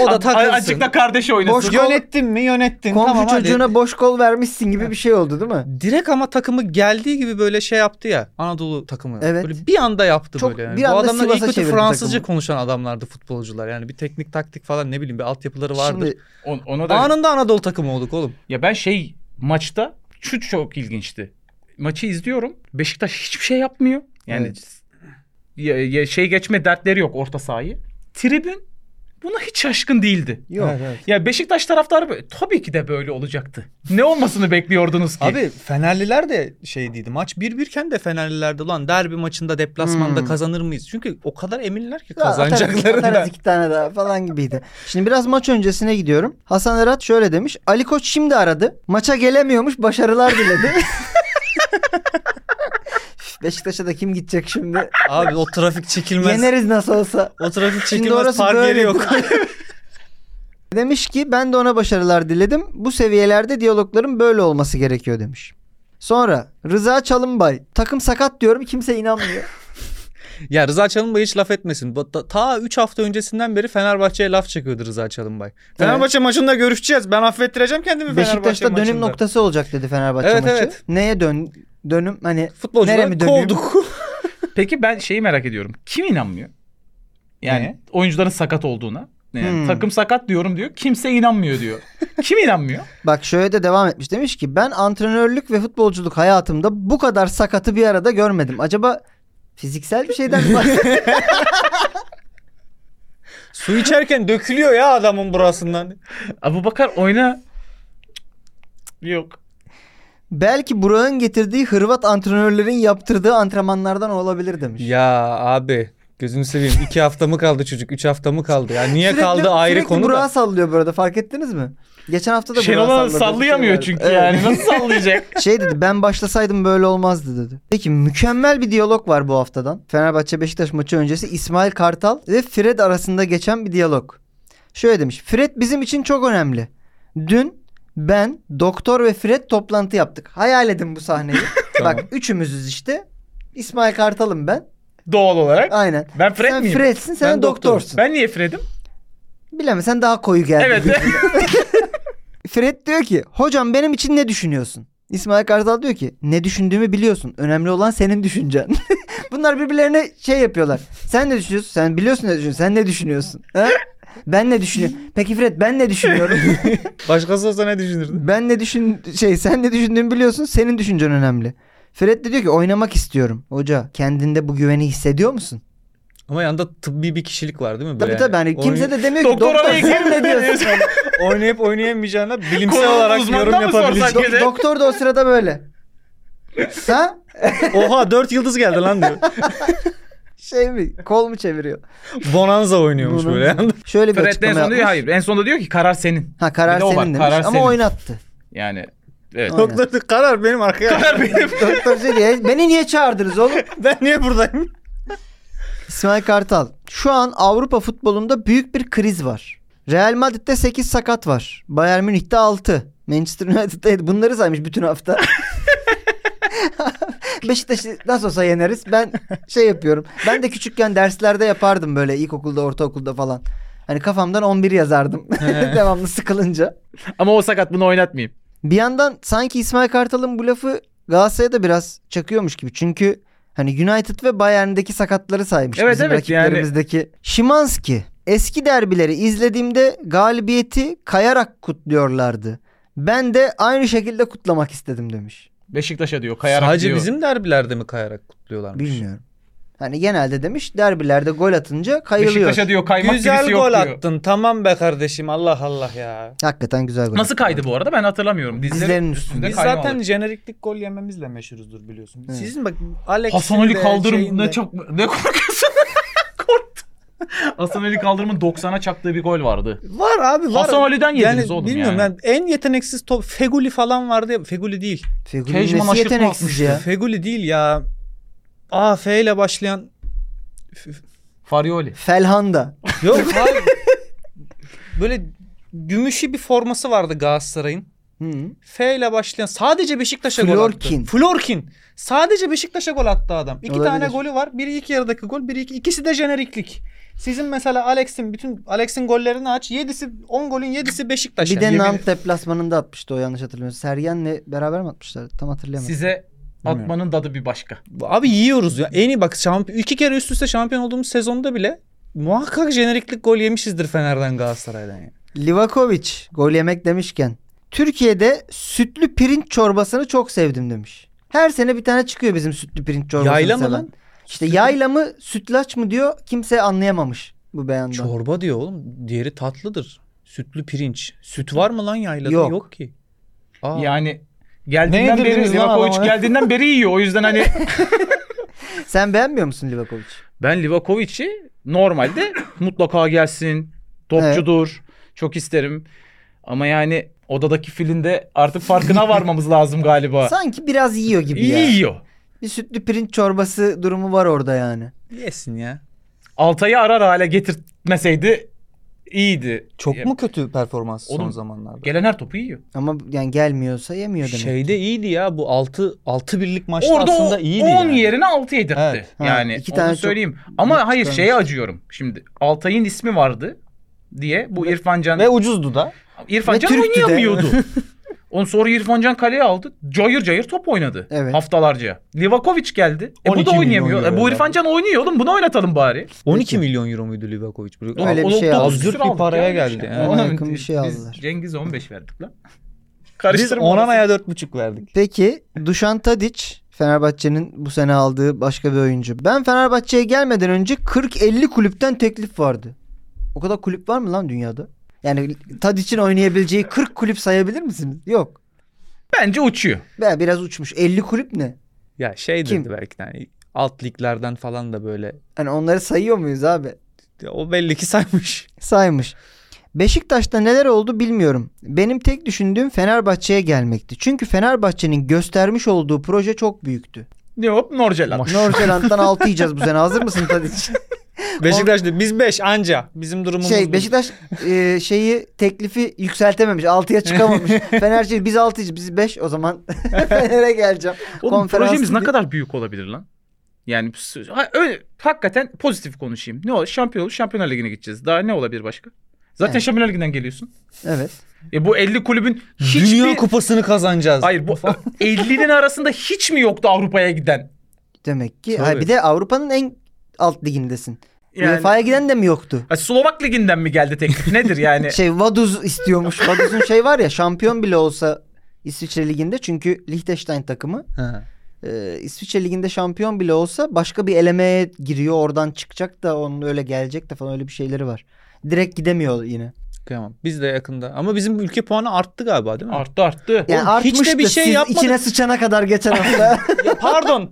Speaker 4: O da takılsın.
Speaker 3: Azıcık da kardeşi oynasın.
Speaker 2: Boş-
Speaker 4: Yönettin mi yönettin.
Speaker 2: Komşu
Speaker 4: tamam hadi.
Speaker 2: çocuğuna boş kol vermişsin gibi bir şey oldu değil mi?
Speaker 4: Direkt ama takımı geldiği gibi böyle şey yaptı ya. Anadolu takımı.
Speaker 2: Evet.
Speaker 4: Böyle bir anda yaptı
Speaker 2: Çok-
Speaker 4: böyle. Yani.
Speaker 2: bir
Speaker 4: bu
Speaker 2: anda
Speaker 4: adamlar
Speaker 2: Sivas'a
Speaker 4: ilk kötü
Speaker 2: çevirdi
Speaker 4: Fransızca
Speaker 2: takımı.
Speaker 4: konuşan adamlardı futbolcular. Yani bir teknik taktik falan ne bileyim bir altyapıları vardır.
Speaker 2: Şimdi
Speaker 3: On- Ona da
Speaker 4: Anında Anadolu takımı olduk oğlum.
Speaker 3: Ya ben şey maçta şu çok ilginçti. Maçı izliyorum. Beşiktaş hiçbir şey yapmıyor. Yani ya- ya şey geçme dertleri yok orta sahayı. Tribün buna hiç şaşkın değildi.
Speaker 2: yok.
Speaker 3: Ya Beşiktaş taraftarı böyle- tabii ki de böyle olacaktı. Ne olmasını bekliyordunuz ki?
Speaker 4: Abi Fenerliler de şey dedi. Maç 1-1 iken de Fenerliler de lan derbi maçında deplasmanda
Speaker 2: Hmm.
Speaker 4: kazanır mıyız? Çünkü o kadar eminler ki
Speaker 2: Ya atarız-
Speaker 4: kazanacaklarından.
Speaker 2: Atarız iki tane daha falan gibiydi. Şimdi biraz maç öncesine gidiyorum. Hasan Erat şöyle demiş. Ali Koç şimdi aradı. Maça gelemiyormuş başarılar diledi. Beşiktaş'a da kim gidecek şimdi?
Speaker 4: Abi o trafik çekilmez.
Speaker 2: Yeneriz nasıl olsa.
Speaker 4: O trafik
Speaker 2: Şimdi
Speaker 4: çekilmez
Speaker 2: orası
Speaker 4: park
Speaker 2: böyle.
Speaker 4: yeri yok.
Speaker 2: Demiş ki ben de ona başarılar diledim. Bu seviyelerde diyalogların böyle olması gerekiyor demiş. Sonra Rıza Çalınbay. Takım sakat diyorum kimse inanmıyor.
Speaker 4: ya Rıza Çalınbay hiç laf etmesin. Bu- Ta, ta 3 hafta öncesinden beri Fenerbahçe'ye laf çakıyordu Rıza Çalınbay. Fenerbahçe maçında görüşeceğiz. Ben affettireceğim kendimi Fenerbahçe
Speaker 2: Beşiktaş'ta dönüm
Speaker 4: maçında.
Speaker 2: noktası olacak dedi Fenerbahçe
Speaker 4: Evet,
Speaker 2: maçı.
Speaker 4: evet.
Speaker 2: Neye dön dönüm hani Nereye mi
Speaker 4: Futbolcuları
Speaker 2: dönüyorum?
Speaker 4: kovduk.
Speaker 3: Peki ben şeyi merak ediyorum. Kim inanmıyor? Yani oyuncuların sakat olduğuna. Yani
Speaker 2: Hmm.
Speaker 3: Takım sakat diyorum diyor. Kimse inanmıyor diyor. Kim inanmıyor?
Speaker 2: bak şöyle de devam etmiş demiş ki ben antrenörlük ve futbolculuk hayatımda bu kadar sakatı bir arada görmedim. Acaba fiziksel bir şeyden mi bahsediyor?
Speaker 4: Su içerken dökülüyor ya adamın burasından.
Speaker 3: Abu Bakar oyna. Yok.
Speaker 2: Belki Burak'ın getirdiği Hırvat antrenörlerin yaptırdığı antrenmanlardan olabilir demiş.
Speaker 4: Ya abi gözünü seveyim. 2 hafta mı kaldı çocuk? 3 hafta mı kaldı? Ya niye
Speaker 2: Sürekli-
Speaker 4: kaldı ayrı
Speaker 2: sürekli
Speaker 4: konu da.
Speaker 2: Burak'a sallıyor bu arada fark ettiniz mi? Geçen hafta da Burak'a
Speaker 3: Şenol'a
Speaker 2: salladı. bir şey
Speaker 3: sallayamıyor
Speaker 2: vardı.
Speaker 3: çünkü
Speaker 2: Evet.
Speaker 3: yani. Nasıl sallayacak?
Speaker 2: Şey dedi ben başlasaydım böyle olmazdı dedi. Peki mükemmel bir diyalog var bu haftadan. Fenerbahçe Beşiktaş maçı öncesi İsmail Kartal ve Fred arasında geçen bir diyalog. Şöyle demiş. Fred bizim için çok önemli. Dün ben, doktor ve Fred toplantı yaptık. Hayal edin bu sahneyi.
Speaker 4: Tamam.
Speaker 2: Bak üçümüzüz işte. İsmail Kartal'ım ben.
Speaker 3: Doğal olarak.
Speaker 2: Aynen.
Speaker 3: Ben Fred
Speaker 2: sen
Speaker 3: miyim?
Speaker 2: Fred'sin, sen
Speaker 4: Ben doktorum.
Speaker 2: doktorsun.
Speaker 3: Ben niye Fred'im?
Speaker 2: Bilemem sen daha koyu geldin.
Speaker 3: Evet.
Speaker 2: Fred diyor ki hocam benim için ne düşünüyorsun? İsmail Kartal diyor ki ne düşündüğümü biliyorsun. Önemli olan senin düşüncen. Bunlar birbirlerine şey yapıyorlar. Sen ne düşünüyorsun? Sen biliyorsun ne düşünüyorsun. Sen ne düşünüyorsun? Ha? Ben ne düşünüyorum? Peki Fred ben ne düşünüyorum?
Speaker 4: Başkası olsa ne düşünürdü?
Speaker 2: ben ne düşün şey sen ne düşündüğümü biliyorsun. Senin düşüncen önemli. Fred de diyor ki oynamak istiyorum. Hoca kendinde bu güveni hissediyor musun?
Speaker 4: Ama yanında tıbbi bir kişilik var değil mi?
Speaker 2: Tabii
Speaker 4: Böyle
Speaker 2: tabii
Speaker 4: yani
Speaker 2: hani kimse de demiyor ki
Speaker 3: Doktor
Speaker 2: doktor,
Speaker 3: oraya
Speaker 2: sen ne diyorsun?
Speaker 4: oynayıp oynayamayacağına bilimsel
Speaker 3: Konu
Speaker 4: olarak
Speaker 3: uzmanına
Speaker 4: yorum
Speaker 3: mı sorsak?
Speaker 4: yapabilecek.
Speaker 2: Do- doktor da o sırada böyle. Ha?
Speaker 4: Oha 4 yıldız geldi lan diyor.
Speaker 2: Şey mi? Kol mu çeviriyor?
Speaker 4: Bonanza oynuyormuş
Speaker 2: Bunu-
Speaker 4: böyle yanda.
Speaker 2: Şöyle bir
Speaker 3: Fred en
Speaker 2: açıklama
Speaker 3: sonunda diyor
Speaker 2: yapmış.
Speaker 3: hayır. En sonunda diyor ki karar senin.
Speaker 2: Ha karar
Speaker 3: Bir de o
Speaker 2: senin
Speaker 3: var,
Speaker 2: demiş
Speaker 3: karar
Speaker 2: ama
Speaker 3: senin.
Speaker 2: oynattı.
Speaker 3: Yani evet.
Speaker 2: Aynen.
Speaker 4: Doktor diyor, karar benim arkaya.
Speaker 3: karar benim.
Speaker 2: Doktor şey diyor, beni niye çağırdınız oğlum?
Speaker 4: ben niye buradayım?
Speaker 2: İsmail Kartal. Şu an Avrupa futbolunda büyük bir kriz var. Real Madrid'de 8 sakat var. Bayern Münih'te 6. Manchester United'da yedi. Bunları saymış bütün hafta. Beşiktaş'ı nasıl olsa yeneriz. Ben şey yapıyorum. Ben de küçükken derslerde yapardım böyle ilkokulda, ortaokulda falan. Hani kafamdan 11 yazardım. Devamlı sıkılınca.
Speaker 3: Ama o sakat bunu oynatmayayım.
Speaker 2: Bir yandan sanki İsmail Kartal'ın bu lafı Galatasaray'a da biraz çakıyormuş gibi. Çünkü hani United ve Bayern'deki sakatları saymış.
Speaker 3: Evet,
Speaker 2: bizim
Speaker 3: evet,
Speaker 2: rakiplerimizdeki. Şimanski. Eski derbileri izlediğimde galibiyeti kayarak kutluyorlardı. Ben de aynı şekilde kutlamak istedim demiş.
Speaker 3: Beşiktaş'a diyor kayarak
Speaker 4: Sadece
Speaker 3: diyor.
Speaker 4: bizim derbilerde mi kayarak kutluyorlarmış?
Speaker 2: Bilmiyorum. Hani genelde demiş derbilerde gol atınca kayılıyor.
Speaker 3: Beşiktaş'a diyor kaymak
Speaker 4: Güzel
Speaker 3: birisi yok
Speaker 4: gol
Speaker 3: diyor.
Speaker 4: attın tamam be kardeşim Allah Allah ya.
Speaker 2: Hakikaten güzel gol.
Speaker 3: Nasıl kaydı bu arada ben hatırlamıyorum. Dizleri
Speaker 2: Dizlerinin
Speaker 3: üstünde
Speaker 2: üstünde.
Speaker 4: Biz
Speaker 3: kayma
Speaker 4: zaten
Speaker 3: oldu.
Speaker 4: jeneriklik gol yememizle meşhuruzdur biliyorsun.
Speaker 2: Evet.
Speaker 4: Sizin bak Alex
Speaker 3: Hasan Ali Kaldırım ne çok ne korkuyorsun? Korktum. Hasan Ali Kaldırım'ın 90'a çaktığı bir gol vardı.
Speaker 4: Var abi var.
Speaker 3: Hasan Ali'den yediniz oğlum
Speaker 4: bilmiyorum,
Speaker 3: yani.
Speaker 4: en yeteneksiz top Feguli falan vardı ya. Feguli değil.
Speaker 2: Fegüli
Speaker 3: Kejman
Speaker 2: nesi
Speaker 3: aşırtma
Speaker 2: yeteneksiz
Speaker 3: atmıştı.
Speaker 2: ya.
Speaker 4: Feguli değil ya. A F ile başlayan.
Speaker 3: Farioli.
Speaker 2: Felhanda.
Speaker 4: Yok abi. Böyle gümüşü bir forması vardı Galatasaray'ın.
Speaker 2: Hı.
Speaker 4: F ile başlayan sadece Beşiktaş'a gol
Speaker 2: Florkin.
Speaker 4: attı. Florkin. Sadece Beşiktaş'a gol attı adam. İki
Speaker 2: Olabilir.
Speaker 4: tane golü var. Biri ilk yarıdaki gol, biri iki, ikisi de jeneriklik. Sizin mesela Alex'in bütün Alex'in gollerini aç. 7'si 10 golün 7'si Beşiktaş'a.
Speaker 2: Bir de
Speaker 4: Yemin-
Speaker 2: Nant deplasmanında atmıştı o yanlış hatırlamıyorsam. Sergen'le beraber mi atmışlardı? Tam hatırlayamadım.
Speaker 3: Size
Speaker 4: Bilmiyorum.
Speaker 3: atmanın dadı bir başka.
Speaker 4: Abi yiyoruz ya. En iyi bak şampiyon iki kere üst üste şampiyon olduğumuz sezonda bile muhakkak jeneriklik gol yemişizdir Fener'den Galatasaray'dan ya.
Speaker 2: Livakovic gol yemek demişken Türkiye'de sütlü pirinç çorbasını çok sevdim demiş. Her sene bir tane çıkıyor bizim sütlü pirinç çorbasını
Speaker 4: Yayla mı
Speaker 2: seven.
Speaker 4: lan?
Speaker 2: İşte yayla mı sütlaç mı diyor kimse anlayamamış bu beyandan.
Speaker 4: Çorba diyor oğlum. Diğeri tatlıdır. Sütlü pirinç. Süt var mı lan yaylada?
Speaker 2: Yok.
Speaker 4: Yok, ki. Aa.
Speaker 3: Yani geldiğinden
Speaker 4: Ne yedirdiniz
Speaker 3: beri
Speaker 4: lan
Speaker 3: Livakovic
Speaker 4: adama?
Speaker 3: geldiğinden beri yiyor. O yüzden hani
Speaker 2: Sen beğenmiyor musun Livakovic?
Speaker 3: ben Livakovic'i normalde mutlaka gelsin. Topçudur. Çok isterim. Ama yani odadaki filin de artık farkına varmamız lazım galiba.
Speaker 2: Sanki biraz yiyor gibi
Speaker 3: İyi
Speaker 2: ya.
Speaker 3: yiyor.
Speaker 2: Bir sütlü pirinç çorbası durumu var orada yani.
Speaker 4: Yesin ya.
Speaker 3: Altay'ı arar hale getirtmeseydi iyiydi.
Speaker 4: Çok
Speaker 3: Ya,
Speaker 4: mu kötü performans son
Speaker 3: Oğlum,
Speaker 4: zamanlarda?
Speaker 3: Gelen her topu yiyor.
Speaker 2: Ama yani gelmiyorsa yemiyor demek.
Speaker 4: Şeyde iyiydi ya bu 6 6 birlik maçta
Speaker 3: Orada
Speaker 4: aslında
Speaker 3: o-
Speaker 4: iyiydi.
Speaker 3: 10
Speaker 4: yani.
Speaker 3: yerine 6 yedirtti.
Speaker 4: Evet.
Speaker 2: Ha,
Speaker 3: yani
Speaker 2: iki
Speaker 3: onu
Speaker 2: tane çok
Speaker 3: söyleyeyim. Ama hayır
Speaker 2: çıkarmış.
Speaker 3: şeye acıyorum. Şimdi Altay'ın ismi vardı diye bu İrfan Can
Speaker 4: Ve ucuzdu da.
Speaker 3: İrfan
Speaker 2: Ve
Speaker 3: Can
Speaker 2: Türk'tü de.
Speaker 3: oynayamıyordu. Onu sonra İrfan Can kaleye aldı. Cayır cayır top oynadı.
Speaker 2: Evet.
Speaker 3: Haftalarca. Livakovic geldi. E bu
Speaker 4: 12
Speaker 3: da
Speaker 4: milyon
Speaker 3: oynayamıyor. E
Speaker 4: euro
Speaker 3: bu
Speaker 4: verdi.
Speaker 3: İrfan Can oynuyor oğlum. Bunu oynatalım bari.
Speaker 4: 12
Speaker 2: Peki.
Speaker 4: milyon euro muydu Livakovic?
Speaker 2: Öyle bir
Speaker 4: Al-
Speaker 3: Al-
Speaker 2: şey
Speaker 3: dokuz
Speaker 2: aldık.
Speaker 3: küsür
Speaker 4: Zürt bir
Speaker 3: aldık
Speaker 4: paraya
Speaker 3: yani.
Speaker 4: geldi. Yani
Speaker 2: Ona
Speaker 3: Ona-
Speaker 2: yakın bir şey
Speaker 3: biz
Speaker 2: aldılar.
Speaker 3: Cengiz'e 15 verdik lan.
Speaker 4: Biz
Speaker 3: Karıştırma. orası.
Speaker 4: Onana'ya 4,5 verdik.
Speaker 2: Peki Dušan Tadić Fenerbahçe'nin bu sene aldığı başka bir oyuncu. Ben Fenerbahçe'ye gelmeden önce 40-50 kulüpten teklif vardı. O kadar kulüp var mı lan dünyada? Yani Tadić'in oynayabileceği 40 kulüp sayabilir misiniz? Yok.
Speaker 3: Bence uçuyor.
Speaker 2: Ben biraz uçmuş. 50 kulüp ne?
Speaker 4: Ya şey
Speaker 2: Kim?
Speaker 4: dedi belki de hani alt liglerden falan da böyle.
Speaker 2: Hani onları sayıyor muyuz abi?
Speaker 4: Ya O belli ki saymış.
Speaker 2: saymış. Beşiktaş'ta neler oldu bilmiyorum. Benim tek düşündüğüm Fenerbahçe'ye gelmekti. Çünkü Fenerbahçe'nin göstermiş olduğu proje çok büyüktü.
Speaker 3: Ne hop Norcelan.
Speaker 4: Maş-
Speaker 2: Norceland'dan 6 yiyeceğiz bu sene. Hazır mısın Tadiç?
Speaker 4: Beşiktaş'ta biz 5 anca. Bizim durumumuz
Speaker 2: Şey
Speaker 4: bu.
Speaker 2: Beşiktaş e, şeyi teklifi yükseltememiş. 6'ya çıkamamış. Fener şey biz 6 biz 5 o zaman Fener'e geleceğim.
Speaker 3: Oğlum
Speaker 2: konferans
Speaker 3: projemiz ne
Speaker 2: değil.
Speaker 3: kadar büyük olabilir lan? Yani s- ha- öyle, hakikaten pozitif konuşayım. Ne olur şampiyon olur Şampiyonlar Ligi'ne gideceğiz. Daha ne olabilir başka? Zaten
Speaker 2: Evet.
Speaker 3: Şampiyonlar Ligi'nden geliyorsun.
Speaker 2: Evet.
Speaker 3: E bu 50 kulübün hiçbir...
Speaker 4: Dünya kupasını kazanacağız.
Speaker 3: Hayır bu 50'nin arasında hiç mi yoktu Avrupa'ya giden?
Speaker 2: Demek ki.
Speaker 4: Tabii.
Speaker 2: Hayır, bir de Avrupa'nın en alt ligindesin.
Speaker 3: Yani-
Speaker 2: UEFA'ya giden de mi yoktu?
Speaker 3: Ha, Slovak Ligi'nden mi geldi teklif? Nedir yani?
Speaker 2: Şey Vaduz istiyormuş. Vaduz'un şey var ya şampiyon bile olsa İsviçre liginde çünkü Liechtenstein takımı
Speaker 4: Ha.
Speaker 2: Ee, İsviçre liginde şampiyon bile olsa başka bir elemeye giriyor oradan çıkacak da onun öyle gelecek de falan öyle bir şeyleri var. Direkt gidemiyor yine.
Speaker 4: Kıyamam. Biz de yakında. Ama bizim ülke puanı arttı galiba değil mi?
Speaker 3: arttı arttı.
Speaker 2: Yani
Speaker 4: Oğlum hiç de
Speaker 2: artmıştı.
Speaker 4: bir şey
Speaker 2: Siz
Speaker 4: yapmadık.
Speaker 2: içine sıçana kadar geçen hafta.
Speaker 4: Ya pardon.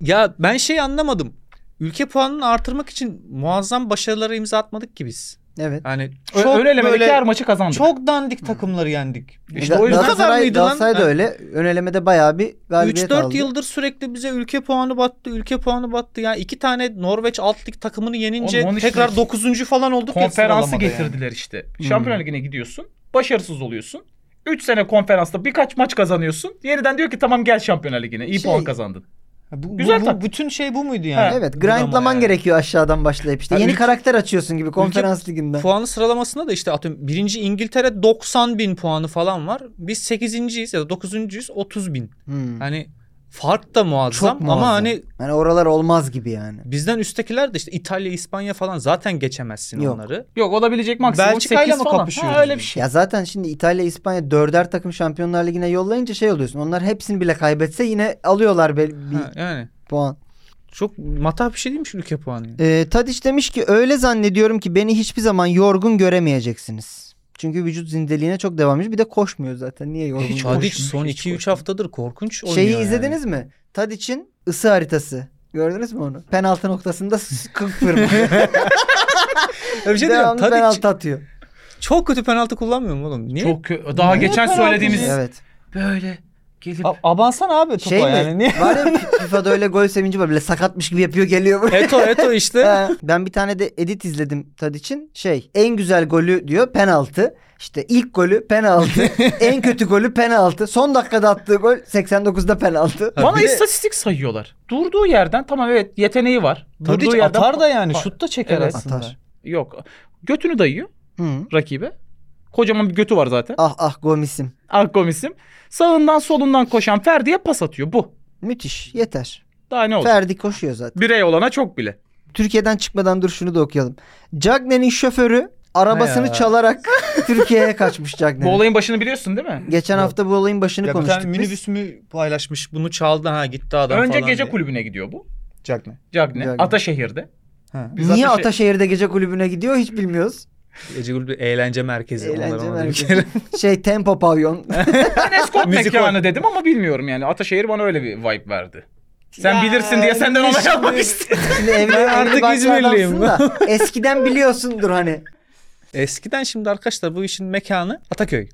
Speaker 4: ya ben şey anlamadım. Ülke puanını artırmak için muazzam başarılara imza atmadık ki biz.
Speaker 2: evet.
Speaker 4: Yani
Speaker 3: Ö-
Speaker 4: çok
Speaker 3: öyle elemedeki
Speaker 4: böyle-
Speaker 3: her maçı kazandık.
Speaker 4: çok dandik takımları yendik.
Speaker 3: İşte o yüzden-
Speaker 4: Kadar
Speaker 2: Galatasaray,
Speaker 4: mıydı lan?
Speaker 2: Galatasaray da
Speaker 4: Ha.
Speaker 2: öyle. Ön elemede bayağı bir galibiyet
Speaker 4: 3-4
Speaker 2: aldı.
Speaker 4: yıldır sürekli bize ülke puanı battı, ülke puanı battı. Ya iki tane Norveç alt lig takımını yenince
Speaker 3: Oğlum onun için
Speaker 4: tekrar 9. falan olduk ya
Speaker 3: Konferansı
Speaker 4: sıralamada yani. Hmm.
Speaker 3: getirdiler işte. Şampiyonlar Ligi'ne gidiyorsun. Başarısız oluyorsun. 3 sene konferansta birkaç maç kazanıyorsun. Yeniden diyor ki tamam gel Şampiyonlar Ligi'ne. İyi
Speaker 2: Şey-
Speaker 3: puan kazandın.
Speaker 4: Ha, Bu, bu-
Speaker 3: Güzel
Speaker 4: bu-
Speaker 3: taktik.
Speaker 4: bütün şey bu muydu yani?
Speaker 3: Ha.
Speaker 2: Evet,
Speaker 4: Budama
Speaker 2: grindlaman
Speaker 4: yani.
Speaker 2: gerekiyor aşağıdan başlayıp işte.
Speaker 4: Ha,
Speaker 2: Yeni
Speaker 4: ülke-
Speaker 2: karakter açıyorsun gibi konferans liginden.
Speaker 4: Puanı sıralamasında da işte atıyorum birinci İngiltere 90 bin puanı falan var. Biz 8.yiz ya da 9.yüz 30 bin.
Speaker 2: Hmm.
Speaker 4: Hani fark da muazzam,
Speaker 2: Çok muazzam.
Speaker 4: ama hani
Speaker 2: Yani oralar olmaz gibi yani.
Speaker 4: bizden üsttekiler de işte İtalya, İspanya falan zaten geçemezsin
Speaker 2: Yok.
Speaker 4: onları.
Speaker 3: Yok olabilecek maksimum
Speaker 4: Belçika'yla
Speaker 3: 8
Speaker 4: mı
Speaker 3: falan.
Speaker 4: kapışıyoruz
Speaker 3: Ha, öyle bir
Speaker 4: biz?
Speaker 3: şey.
Speaker 2: Ya zaten şimdi İtalya, İspanya dörder takım Şampiyonlar Ligi'ne yollayınca şey oluyorsun. Onlar hepsini bile kaybetse yine alıyorlar bel- bir
Speaker 4: Ha, yani
Speaker 2: puan.
Speaker 4: çok matah bir şey değilmiş ülke puanı. yani.
Speaker 2: Ee, Tadiç demiş ki öyle zannediyorum ki beni hiçbir zaman yorgun göremeyeceksiniz. Çünkü vücut zindeliğine çok devam ediyor. Bir de koşmuyor zaten. Niye yorgun?
Speaker 3: Hiç
Speaker 2: görüyor?
Speaker 4: Tadic
Speaker 3: koşmuyor,
Speaker 4: son
Speaker 3: hiç
Speaker 4: 2-3
Speaker 3: koşmuyor.
Speaker 4: haftadır korkunç oynuyor.
Speaker 2: Şeyi
Speaker 4: yani.
Speaker 2: izlediniz mi? Tadiç'in ısı haritası. Gördünüz mü onu? Penaltı noktasında s- kırk fırma.
Speaker 4: Öyle bir şey diyeceğim.
Speaker 2: Devamlı
Speaker 4: Tadic
Speaker 2: penaltı atıyor.
Speaker 4: çok kötü penaltı kullanmıyor mu oğlum? Niye?
Speaker 3: Çok kö- daha
Speaker 4: Ne
Speaker 3: geçen
Speaker 4: penaltıcı?
Speaker 3: söylediğimiz
Speaker 2: Evet.
Speaker 3: böyle gelip
Speaker 4: A- abansan abi topa
Speaker 2: Şey mi?
Speaker 4: yani. Niye?
Speaker 2: Var ya FIFA'da öyle gol sevinci var. Bile sakatmış gibi yapıyor geliyor buraya.
Speaker 4: Eto Eto işte.
Speaker 2: Ha, ben bir tane de edit izledim Tadiç'in. Şey en güzel golü diyor penaltı. İşte ilk golü penaltı. en kötü golü penaltı. Son dakikada attığı gol 89'da penaltı.
Speaker 4: Ha,
Speaker 3: bana
Speaker 4: bir de-
Speaker 3: istatistik sayıyorlar. Durduğu yerden tamam evet yeteneği var. Durduğu
Speaker 4: Tadic
Speaker 3: yerden
Speaker 4: atar da yani
Speaker 3: Pa-
Speaker 4: şut da çeker
Speaker 3: Evet.
Speaker 4: aslında.
Speaker 2: Atar.
Speaker 3: yok. Götünü dayıyor
Speaker 2: Hı.
Speaker 3: rakibe. Kocaman bir götü var zaten.
Speaker 2: Ah ah gomisim.
Speaker 3: Arkomisim. Sağından solundan koşan Ferdi'ye pas atıyor. Bu.
Speaker 2: Müthiş yeter.
Speaker 3: Daha ne olur?
Speaker 2: Ferdi koşuyor zaten.
Speaker 3: Birey olana çok bile.
Speaker 2: Türkiye'den çıkmadan dur şunu da okuyalım. Cagney'in şoförü arabasını
Speaker 4: Ne ya?
Speaker 2: çalarak Türkiye'ye kaçmış
Speaker 3: Bu
Speaker 2: Cagney.
Speaker 3: olayın başını biliyorsun değil mi?
Speaker 2: Geçen hafta bu olayın başını
Speaker 4: Ya bir
Speaker 2: konuştuk
Speaker 4: tane
Speaker 2: biz.
Speaker 4: minibüs mü paylaşmış bunu çaldı ha gitti adam
Speaker 3: Önce
Speaker 4: falan
Speaker 3: gece
Speaker 4: diye.
Speaker 3: kulübüne gidiyor bu.
Speaker 4: Jack ne?
Speaker 3: Cagne.
Speaker 2: Cagne.
Speaker 3: Ataşehir'de.
Speaker 4: Ha.
Speaker 3: Biz
Speaker 2: Niye
Speaker 3: Ataşe-
Speaker 2: Ataşehir'de gece kulübüne gidiyor hiç bilmiyoruz.
Speaker 4: Gece kulübü eğlence merkezi.
Speaker 2: Eğlence
Speaker 4: Eğlence
Speaker 2: merkezi.
Speaker 4: merkezi.
Speaker 2: Şey tempo pavyon.
Speaker 3: Ben eskort
Speaker 4: Müzik
Speaker 3: mekanı dedim ama bilmiyorum yani. Ataşehir bana öyle bir vibe verdi. Sen bilirsin diye senden onay almak istedim.
Speaker 2: Şimdi evli,
Speaker 4: Ben
Speaker 2: evli
Speaker 4: artık
Speaker 2: barklı adamsın
Speaker 4: İzmirliyim.
Speaker 2: da eskiden biliyorsundur hani.
Speaker 4: Eskiden şimdi arkadaşlar bu işin mekanı Ataköy.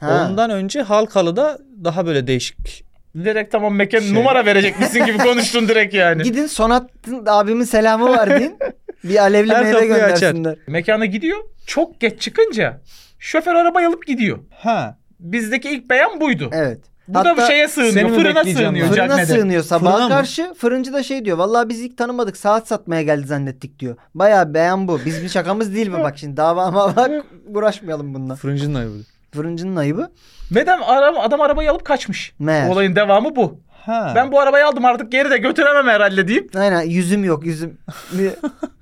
Speaker 2: Ha.
Speaker 4: Ondan önce Halkalı'da daha böyle değişik
Speaker 3: Direkt tamam Mek'e
Speaker 2: Şey-
Speaker 3: numara verecekmişsin gibi konuştun direkt
Speaker 4: hani-
Speaker 3: yani.
Speaker 2: Gidin Sonat'ın abimin selamı var deyin. Bir alevli
Speaker 4: Her
Speaker 2: meyve
Speaker 4: kapıyı açar.
Speaker 2: göndersinler.
Speaker 3: Mekana gidiyor. Çok geç çıkınca şoför arabayı alıp gidiyor.
Speaker 4: Ha.
Speaker 3: Bizdeki ilk beyan buydu.
Speaker 2: Evet.
Speaker 3: Bu da bir şeye sığınıyor.
Speaker 4: seni mi
Speaker 3: Fırına
Speaker 4: bekleyeceğim
Speaker 3: sığınıyor.
Speaker 4: ben?
Speaker 2: Fırına
Speaker 3: cagnede.
Speaker 2: sığınıyor sabaha
Speaker 4: şey Fırına mı?
Speaker 2: karşı. Fırıncı da şey diyor. Vallahi biz ilk tanımadık. Saat satmaya geldi zannettik diyor. Bayağı beğen bu. Bizim şakamız değil bu. Bak şimdi davama bak. Uğraşmayalım bununla.
Speaker 4: Fırıncının ayıbı.
Speaker 2: Fırıncının ayıbı.
Speaker 3: Neden adam, adam arabayı alıp kaçmış.
Speaker 2: Meğer.
Speaker 3: Olayın devamı bu.
Speaker 4: Ha.
Speaker 3: Ben bu arabayı aldım artık geri de götüremem herhalde deyip.
Speaker 2: Aynen yüzüm yok yüzüm. Bir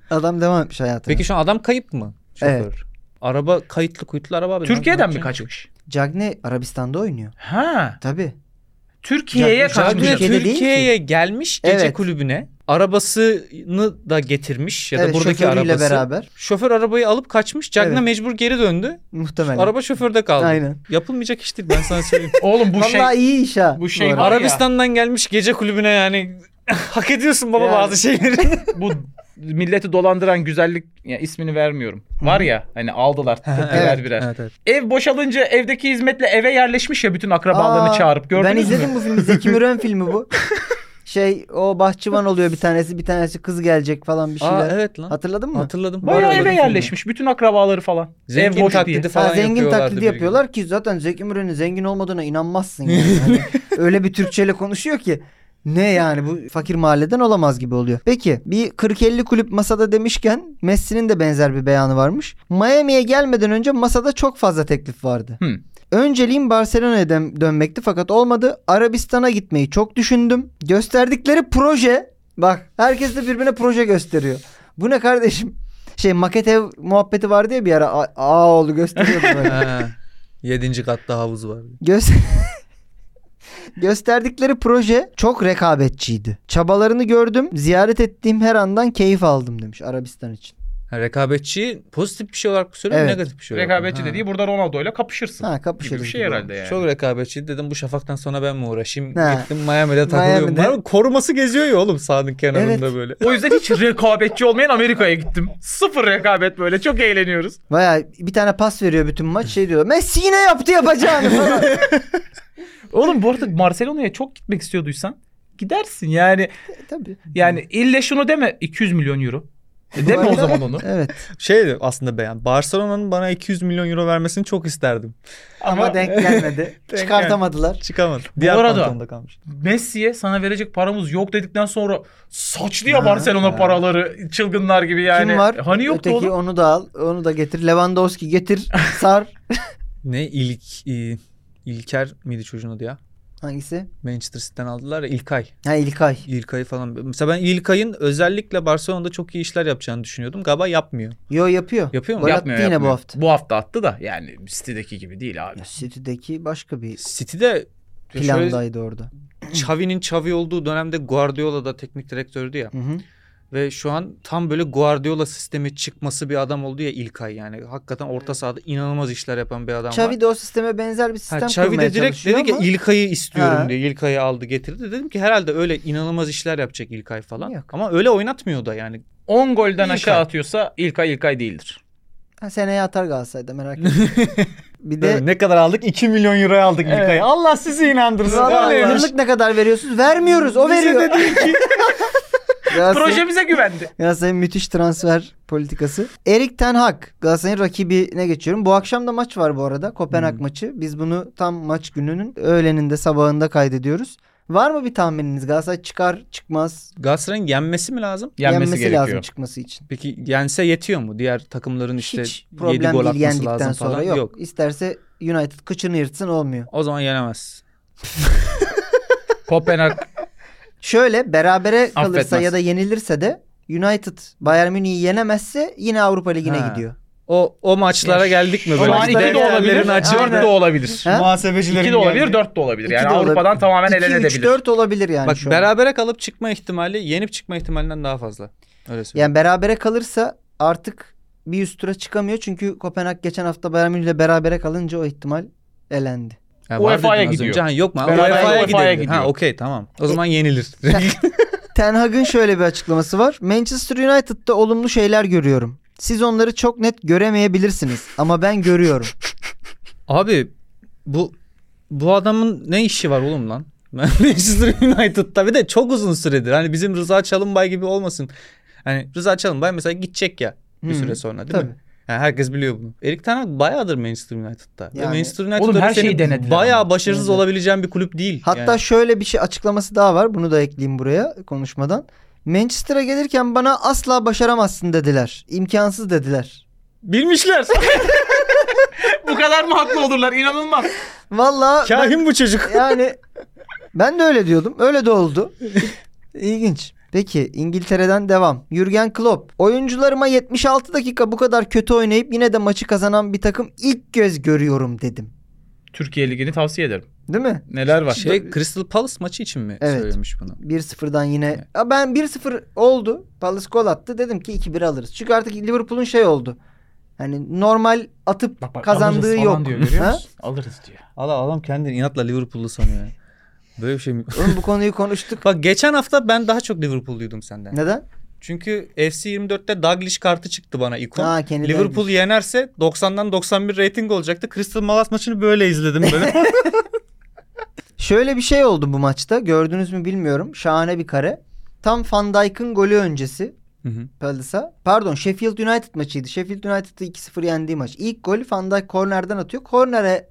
Speaker 2: adam devam etmiş hayatına.
Speaker 4: Peki şu an adam kayıp mı? Şoför.
Speaker 2: Evet.
Speaker 4: Araba kayıtlı kuyutlu araba. abi. Ne
Speaker 3: Türkiye'den mi
Speaker 4: yapacak?
Speaker 3: kaçmış?
Speaker 2: Cagne Arabistan'da oynuyor.
Speaker 3: Ha.
Speaker 2: Tabii.
Speaker 3: Türkiye'ye
Speaker 2: Cagney-
Speaker 3: kaçmış.
Speaker 4: Cagney
Speaker 2: Türkiye'de değil ki.
Speaker 4: Türkiye'ye gelmiş gece
Speaker 2: Evet.
Speaker 4: kulübüne. Arabasını da getirmiş ya da
Speaker 2: evet,
Speaker 4: buradaki
Speaker 2: şoförüyle
Speaker 4: arabası.
Speaker 2: beraber.
Speaker 4: Şoför arabayı alıp kaçmış. Cagney
Speaker 2: Evet.
Speaker 4: mecbur geri döndü.
Speaker 2: Muhtemelen.
Speaker 4: Araba şoförde kaldı.
Speaker 2: Aynen.
Speaker 4: Yapılmayacak iş değil ben sana söyleyeyim.
Speaker 3: Oğlum bu şey
Speaker 2: Vallahi iyi iş ha.
Speaker 3: bu şey
Speaker 2: arada.
Speaker 3: var ya.
Speaker 4: Arabistan'dan gelmiş gece kulübüne yani hak ediyorsun baba
Speaker 2: Yani.
Speaker 4: bazı şeyleri.
Speaker 3: bu milleti dolandıran güzellik ya ismini vermiyorum. Var ya hani aldılar birer birer.
Speaker 4: Evet, evet.
Speaker 3: Ev boşalınca evdeki hizmetle eve yerleşmiş ya bütün akrabalarını
Speaker 2: Aa,
Speaker 3: çağırıp gördünüz
Speaker 2: Ben
Speaker 3: mü?
Speaker 2: izledim bu filmi. Zeki Müren filmi bu. Şey o bahçıvan oluyor bir tanesi bir tanesi kız gelecek falan bir şeyler.
Speaker 4: Aa, evet lan.
Speaker 2: Hatırladın mı?
Speaker 4: Hatırladım.
Speaker 3: Bayağı
Speaker 4: Hatırladım
Speaker 3: eve
Speaker 4: filmi.
Speaker 3: yerleşmiş bütün akrabaları falan.
Speaker 4: Zengin
Speaker 3: Ev boş
Speaker 4: taklidi
Speaker 3: diye.
Speaker 2: Ha,
Speaker 4: falan
Speaker 2: zengin
Speaker 4: yapıyorlardı
Speaker 2: taklidi
Speaker 4: bir gün.
Speaker 2: yapıyorlar ki zaten Zeki Müren'in zengin olmadığına inanmazsın. Yani. Hani öyle bir Türkçeyle konuşuyor ki ne yani bu fakir mahalleden olamaz gibi oluyor. Peki bir 40-50 kulüp masada demişken Messi'nin de benzer bir beyanı varmış. Miami'ye gelmeden önce masada çok fazla teklif vardı.
Speaker 3: Hmm.
Speaker 2: Önceliğim Barcelona'ya dön- dönmekti fakat olmadı. Arabistan'a gitmeyi çok düşündüm. Gösterdikleri proje bak herkes de birbirine proje gösteriyor. Bu ne kardeşim? Şey maket ev muhabbeti vardı ya bir ara A- Ağaoğlu gösteriyordu böyle.
Speaker 4: Ha. Yedinci katta havuz var.
Speaker 2: Göz... Gösterdikleri proje çok rekabetçiydi. Çabalarını gördüm, ziyaret ettiğim her andan keyif aldım demiş Arabistan için.
Speaker 4: Ha, rekabetçi pozitif bir şey olarak söylüyorum
Speaker 2: Evet.
Speaker 4: negatif bir şey olarak.
Speaker 3: Rekabetçi
Speaker 4: Ha.
Speaker 3: dediği burada Ronaldo ile kapışırsın.
Speaker 2: Ha
Speaker 3: gibi
Speaker 2: kapışırız.
Speaker 3: bir şey
Speaker 2: gibi.
Speaker 3: herhalde yani.
Speaker 4: Çok rekabetçi dedim bu şafaktan sonra ben mi uğraşayım?
Speaker 2: Ha.
Speaker 4: Gittim Miami'de takılıyorum.
Speaker 2: Miami'de.
Speaker 4: Bunlar koruması geziyor ya oğlum sahanın kenarında
Speaker 2: Evet.
Speaker 4: böyle.
Speaker 3: O yüzden hiç rekabetçi olmayan Amerika'ya gittim. Sıfır rekabet böyle çok eğleniyoruz.
Speaker 2: Baya bir tane pas veriyor bütün maç şey diyor. Messi yine yaptı yapacağını falan.
Speaker 3: Oğlum bu arada Barcelona'ya çok gitmek istiyorduysan gidersin yani.
Speaker 2: E, Tabii.
Speaker 3: Yani ille şunu deme 200 milyon euro. E deme o
Speaker 2: arada-
Speaker 3: zaman onu.
Speaker 2: Evet.
Speaker 4: Şey de aslında beğen. Barcelona'nın bana 200 milyon euro vermesini çok isterdim.
Speaker 2: Ama, denk gelmedi. Çıkartamadılar.
Speaker 4: Çıkamadı. Diğer
Speaker 3: arada-
Speaker 4: kantonda kalmış.
Speaker 3: Messi'ye sana verecek paramız yok dedikten sonra saçlıyor
Speaker 2: Ha,
Speaker 3: Barcelona
Speaker 4: ha.
Speaker 3: paraları çılgınlar gibi yani.
Speaker 2: Kim var?
Speaker 3: Hani yoktu
Speaker 2: Öteki
Speaker 3: oğlum.
Speaker 2: onu da al. Onu da getir. Lewandowski getir. Sar.
Speaker 4: Ne ilk i- İlker miydi çocuğun adı ya?
Speaker 2: Hangisi?
Speaker 4: Manchester City'den aldılar ya İlkay.
Speaker 2: Ha İlkay.
Speaker 4: İlkay'ı falan. Mesela ben İlkay'ın özellikle Barcelona'da çok iyi işler yapacağını düşünüyordum. Galiba yapmıyor.
Speaker 2: Yo yapıyor.
Speaker 4: Yapıyor mu?
Speaker 2: Gol
Speaker 3: Yapmıyor,
Speaker 2: attı yine
Speaker 3: yapmıyor.
Speaker 2: bu hafta.
Speaker 3: Bu hafta attı da yani City'deki gibi değil abi.
Speaker 2: Ya, City'deki başka bir
Speaker 4: City'de şöyle
Speaker 2: plandaydı orada.
Speaker 4: Xavi'nin Xavi olduğu dönemde Guardiola'da teknik direktördü ya.
Speaker 2: Hı hı.
Speaker 4: Ve şu an tam böyle Guardiola sistemi çıkması bir adam oldu ya İlkay yani. Hakikaten orta sahada inanılmaz işler yapan bir adam var.
Speaker 2: Xavi de o sisteme benzer bir sistem
Speaker 4: Ha, Xavi
Speaker 2: kurmaya
Speaker 4: de direkt
Speaker 2: çalışıyor
Speaker 4: dedi ki
Speaker 2: ama
Speaker 4: İlkay'ı istiyorum
Speaker 2: Ha.
Speaker 4: diye. İlkay'ı aldı getirdi. Dedim ki herhalde öyle inanılmaz işler yapacak İlkay falan.
Speaker 2: Yok.
Speaker 4: Ama öyle oynatmıyor da yani.
Speaker 3: 10 golden
Speaker 4: İlkay.
Speaker 3: aşağı atıyorsa İlkay İlkay değildir.
Speaker 2: ha, seneye atar Galatasaray'da merak etme. bir de
Speaker 4: ne kadar aldık? 2 milyon euroya aldık
Speaker 3: Evet.
Speaker 4: İlkay'ı. Allah sizi inandırsın.
Speaker 2: Valla
Speaker 4: Öyleymiş.
Speaker 2: yıllık ne kadar veriyorsunuz? Vermiyoruz. O veriyor. Galatasaray-
Speaker 3: Projemize güvendi.
Speaker 2: Galatasaray'ın müthiş transfer politikası. Erik Ten Hag Galatasaray'ın rakibine geçiyorum. Bu akşam da maç var bu arada. Kopenhag
Speaker 4: Hmm.
Speaker 2: maçı. Biz bunu tam maç gününün öğleninde sabahında kaydediyoruz. Var mı bir tahmininiz? Galatasaray çıkar çıkmaz.
Speaker 4: Galatasaray'ın yenmesi mi lazım?
Speaker 3: Yenmesi, gerekiyor.
Speaker 2: lazım çıkması için.
Speaker 4: Peki yense yetiyor mu? Diğer takımların işte
Speaker 2: Hiç
Speaker 4: 7
Speaker 2: problem
Speaker 4: gol
Speaker 2: değil
Speaker 4: atması
Speaker 2: yendikten
Speaker 4: lazım
Speaker 2: sonra
Speaker 4: falan.
Speaker 2: yok. İsterse United kıçını yırtsın olmuyor.
Speaker 4: O zaman yenemez.
Speaker 3: Kopenhag
Speaker 2: Şöyle berabere kalırsa
Speaker 3: Affetmez.
Speaker 2: ya da yenilirse de United Bayern Münih'i yenemezse yine Avrupa Ligi'ne
Speaker 4: Ha.
Speaker 2: gidiyor.
Speaker 4: O o maçlara geldik mi
Speaker 3: şu
Speaker 4: böyle?
Speaker 3: an iki de
Speaker 4: Defterlerin
Speaker 3: olabilir,
Speaker 4: açık.
Speaker 3: dört de olabilir.
Speaker 2: Ha?
Speaker 4: Muhasebecilerin
Speaker 3: İki de olabilir,
Speaker 4: geldi.
Speaker 3: dört de olabilir.
Speaker 2: İki
Speaker 3: Yani
Speaker 2: de
Speaker 3: Avrupa'dan
Speaker 2: olabilir.
Speaker 3: tamamen
Speaker 2: 2 3
Speaker 3: elenebilir.
Speaker 2: 4 olabilir yani
Speaker 4: Bak
Speaker 2: şu an.
Speaker 4: berabere kalıp çıkma ihtimali yenip çıkma ihtimalinden daha fazla. Öyle söyleyeyim.
Speaker 2: Yani berabere kalırsa artık bir üst tura çıkamıyor çünkü Kopenhag geçen hafta Bayern Münih'le berabere kalınca o ihtimal elendi.
Speaker 4: Yani var
Speaker 3: UEFA'ya
Speaker 4: dedin az
Speaker 3: gidiyor.
Speaker 4: önce. Ha, yok mu? E
Speaker 3: Berabere
Speaker 4: UEFA'ya
Speaker 3: UEFA'ya
Speaker 4: gidiyor. Ha
Speaker 3: gidiyor.
Speaker 4: okey tamam. O zaman yenilir.
Speaker 2: Ten Hag'ın şöyle bir açıklaması var. Manchester United'da olumlu şeyler görüyorum. Siz onları çok net göremeyebilirsiniz ama ben görüyorum.
Speaker 4: Abi bu bu adamın ne işi var oğlum lan? Manchester United'da bir de çok uzun süredir. Hani bizim Rıza Çalınbay gibi olmasın. Hani Rıza Çalınbay mesela gidecek ya bir
Speaker 2: Hı.
Speaker 4: süre sonra değil
Speaker 2: Tabii.
Speaker 4: mi? Yani herkes biliyor bunu. Erik Ten Hag bayağıdır Manchester United'da. Ve
Speaker 2: Yani-
Speaker 4: Manchester United
Speaker 3: Oğlum her
Speaker 4: öyle senin
Speaker 3: şeyi denediler
Speaker 4: Bayağı
Speaker 3: ama.
Speaker 4: başarısız
Speaker 2: Evet.
Speaker 4: olabileceğin bir kulüp değil.
Speaker 2: Hatta
Speaker 4: yani.
Speaker 2: şöyle bir şey açıklaması daha var. Bunu da ekleyeyim buraya konuşmadan. Manchester'a gelirken bana asla başaramazsın dediler. İmkansız dediler.
Speaker 4: bilmişler.
Speaker 3: Bu kadar mı haklı olurlar? İnanılmaz.
Speaker 2: Vallahi ben-
Speaker 4: Kahin bu çocuk.
Speaker 2: yani ben de öyle diyordum. Öyle de oldu. İlginç. Peki İngiltere'den devam. Jürgen Klopp. Oyuncularıma 76 dakika bu kadar kötü oynayıp yine de maçı kazanan bir takım ilk göz görüyorum dedim.
Speaker 3: Türkiye Ligi'ni tavsiye ederim.
Speaker 2: Değil mi?
Speaker 3: Neler var?
Speaker 4: Şey Crystal Palace maçı için mi
Speaker 2: Evet.
Speaker 4: söylemiş bunu?
Speaker 2: 1-0'dan yine. Ya ben 1-0 oldu. Palace gol attı. Dedim ki 2-1 alırız. Çünkü artık Liverpool'un şey oldu. Hani normal atıp
Speaker 3: Bak bak,
Speaker 2: kazandığı
Speaker 3: alırız falan
Speaker 2: yok.
Speaker 3: Diyor, görüyor
Speaker 2: Ha?
Speaker 3: musun? Alırız diyor.
Speaker 4: Allah adam kendini inatla Liverpool'lu sanıyor. yani. Böyle bir şey mi?
Speaker 2: Oğlum bu konuyu konuştuk.
Speaker 4: Bak geçen hafta ben daha çok Liverpool'luydum senden.
Speaker 2: Neden?
Speaker 4: Çünkü FC 24'te Douglas kartı çıktı bana ikon.
Speaker 2: Ha, Kenny
Speaker 4: Liverpool
Speaker 2: Dalglish.
Speaker 4: yenerse 90'dan 91 rating olacaktı. Crystal Palace maçını böyle izledim böyle.
Speaker 2: Şöyle bir şey oldu bu maçta. Gördünüz mü bilmiyorum. Şahane bir kare. Tam Van Dijk'ın golü öncesi
Speaker 4: Hı hı.
Speaker 2: Palace'a. Pardon Sheffield United maçıydı. Sheffield United'ı 2-0 yendiği maç. İlk golü Van Dijk kornerden atıyor. Kornere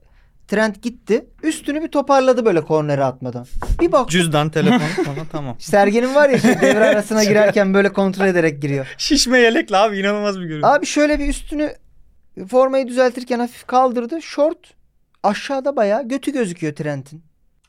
Speaker 2: Trent gitti. Üstünü bir toparladı böyle kornere atmadan. Bir bak
Speaker 4: Cüzdan, telefon falan tamam.
Speaker 2: Sergen'in var ya işte devre arasına girerken böyle kontrol ederek giriyor.
Speaker 4: Şişme yelekle abi inanılmaz bir görüntü.
Speaker 2: Abi şöyle bir üstünü formayı düzeltirken hafif kaldırdı. Short aşağıda bayağı götü gözüküyor Trent'in.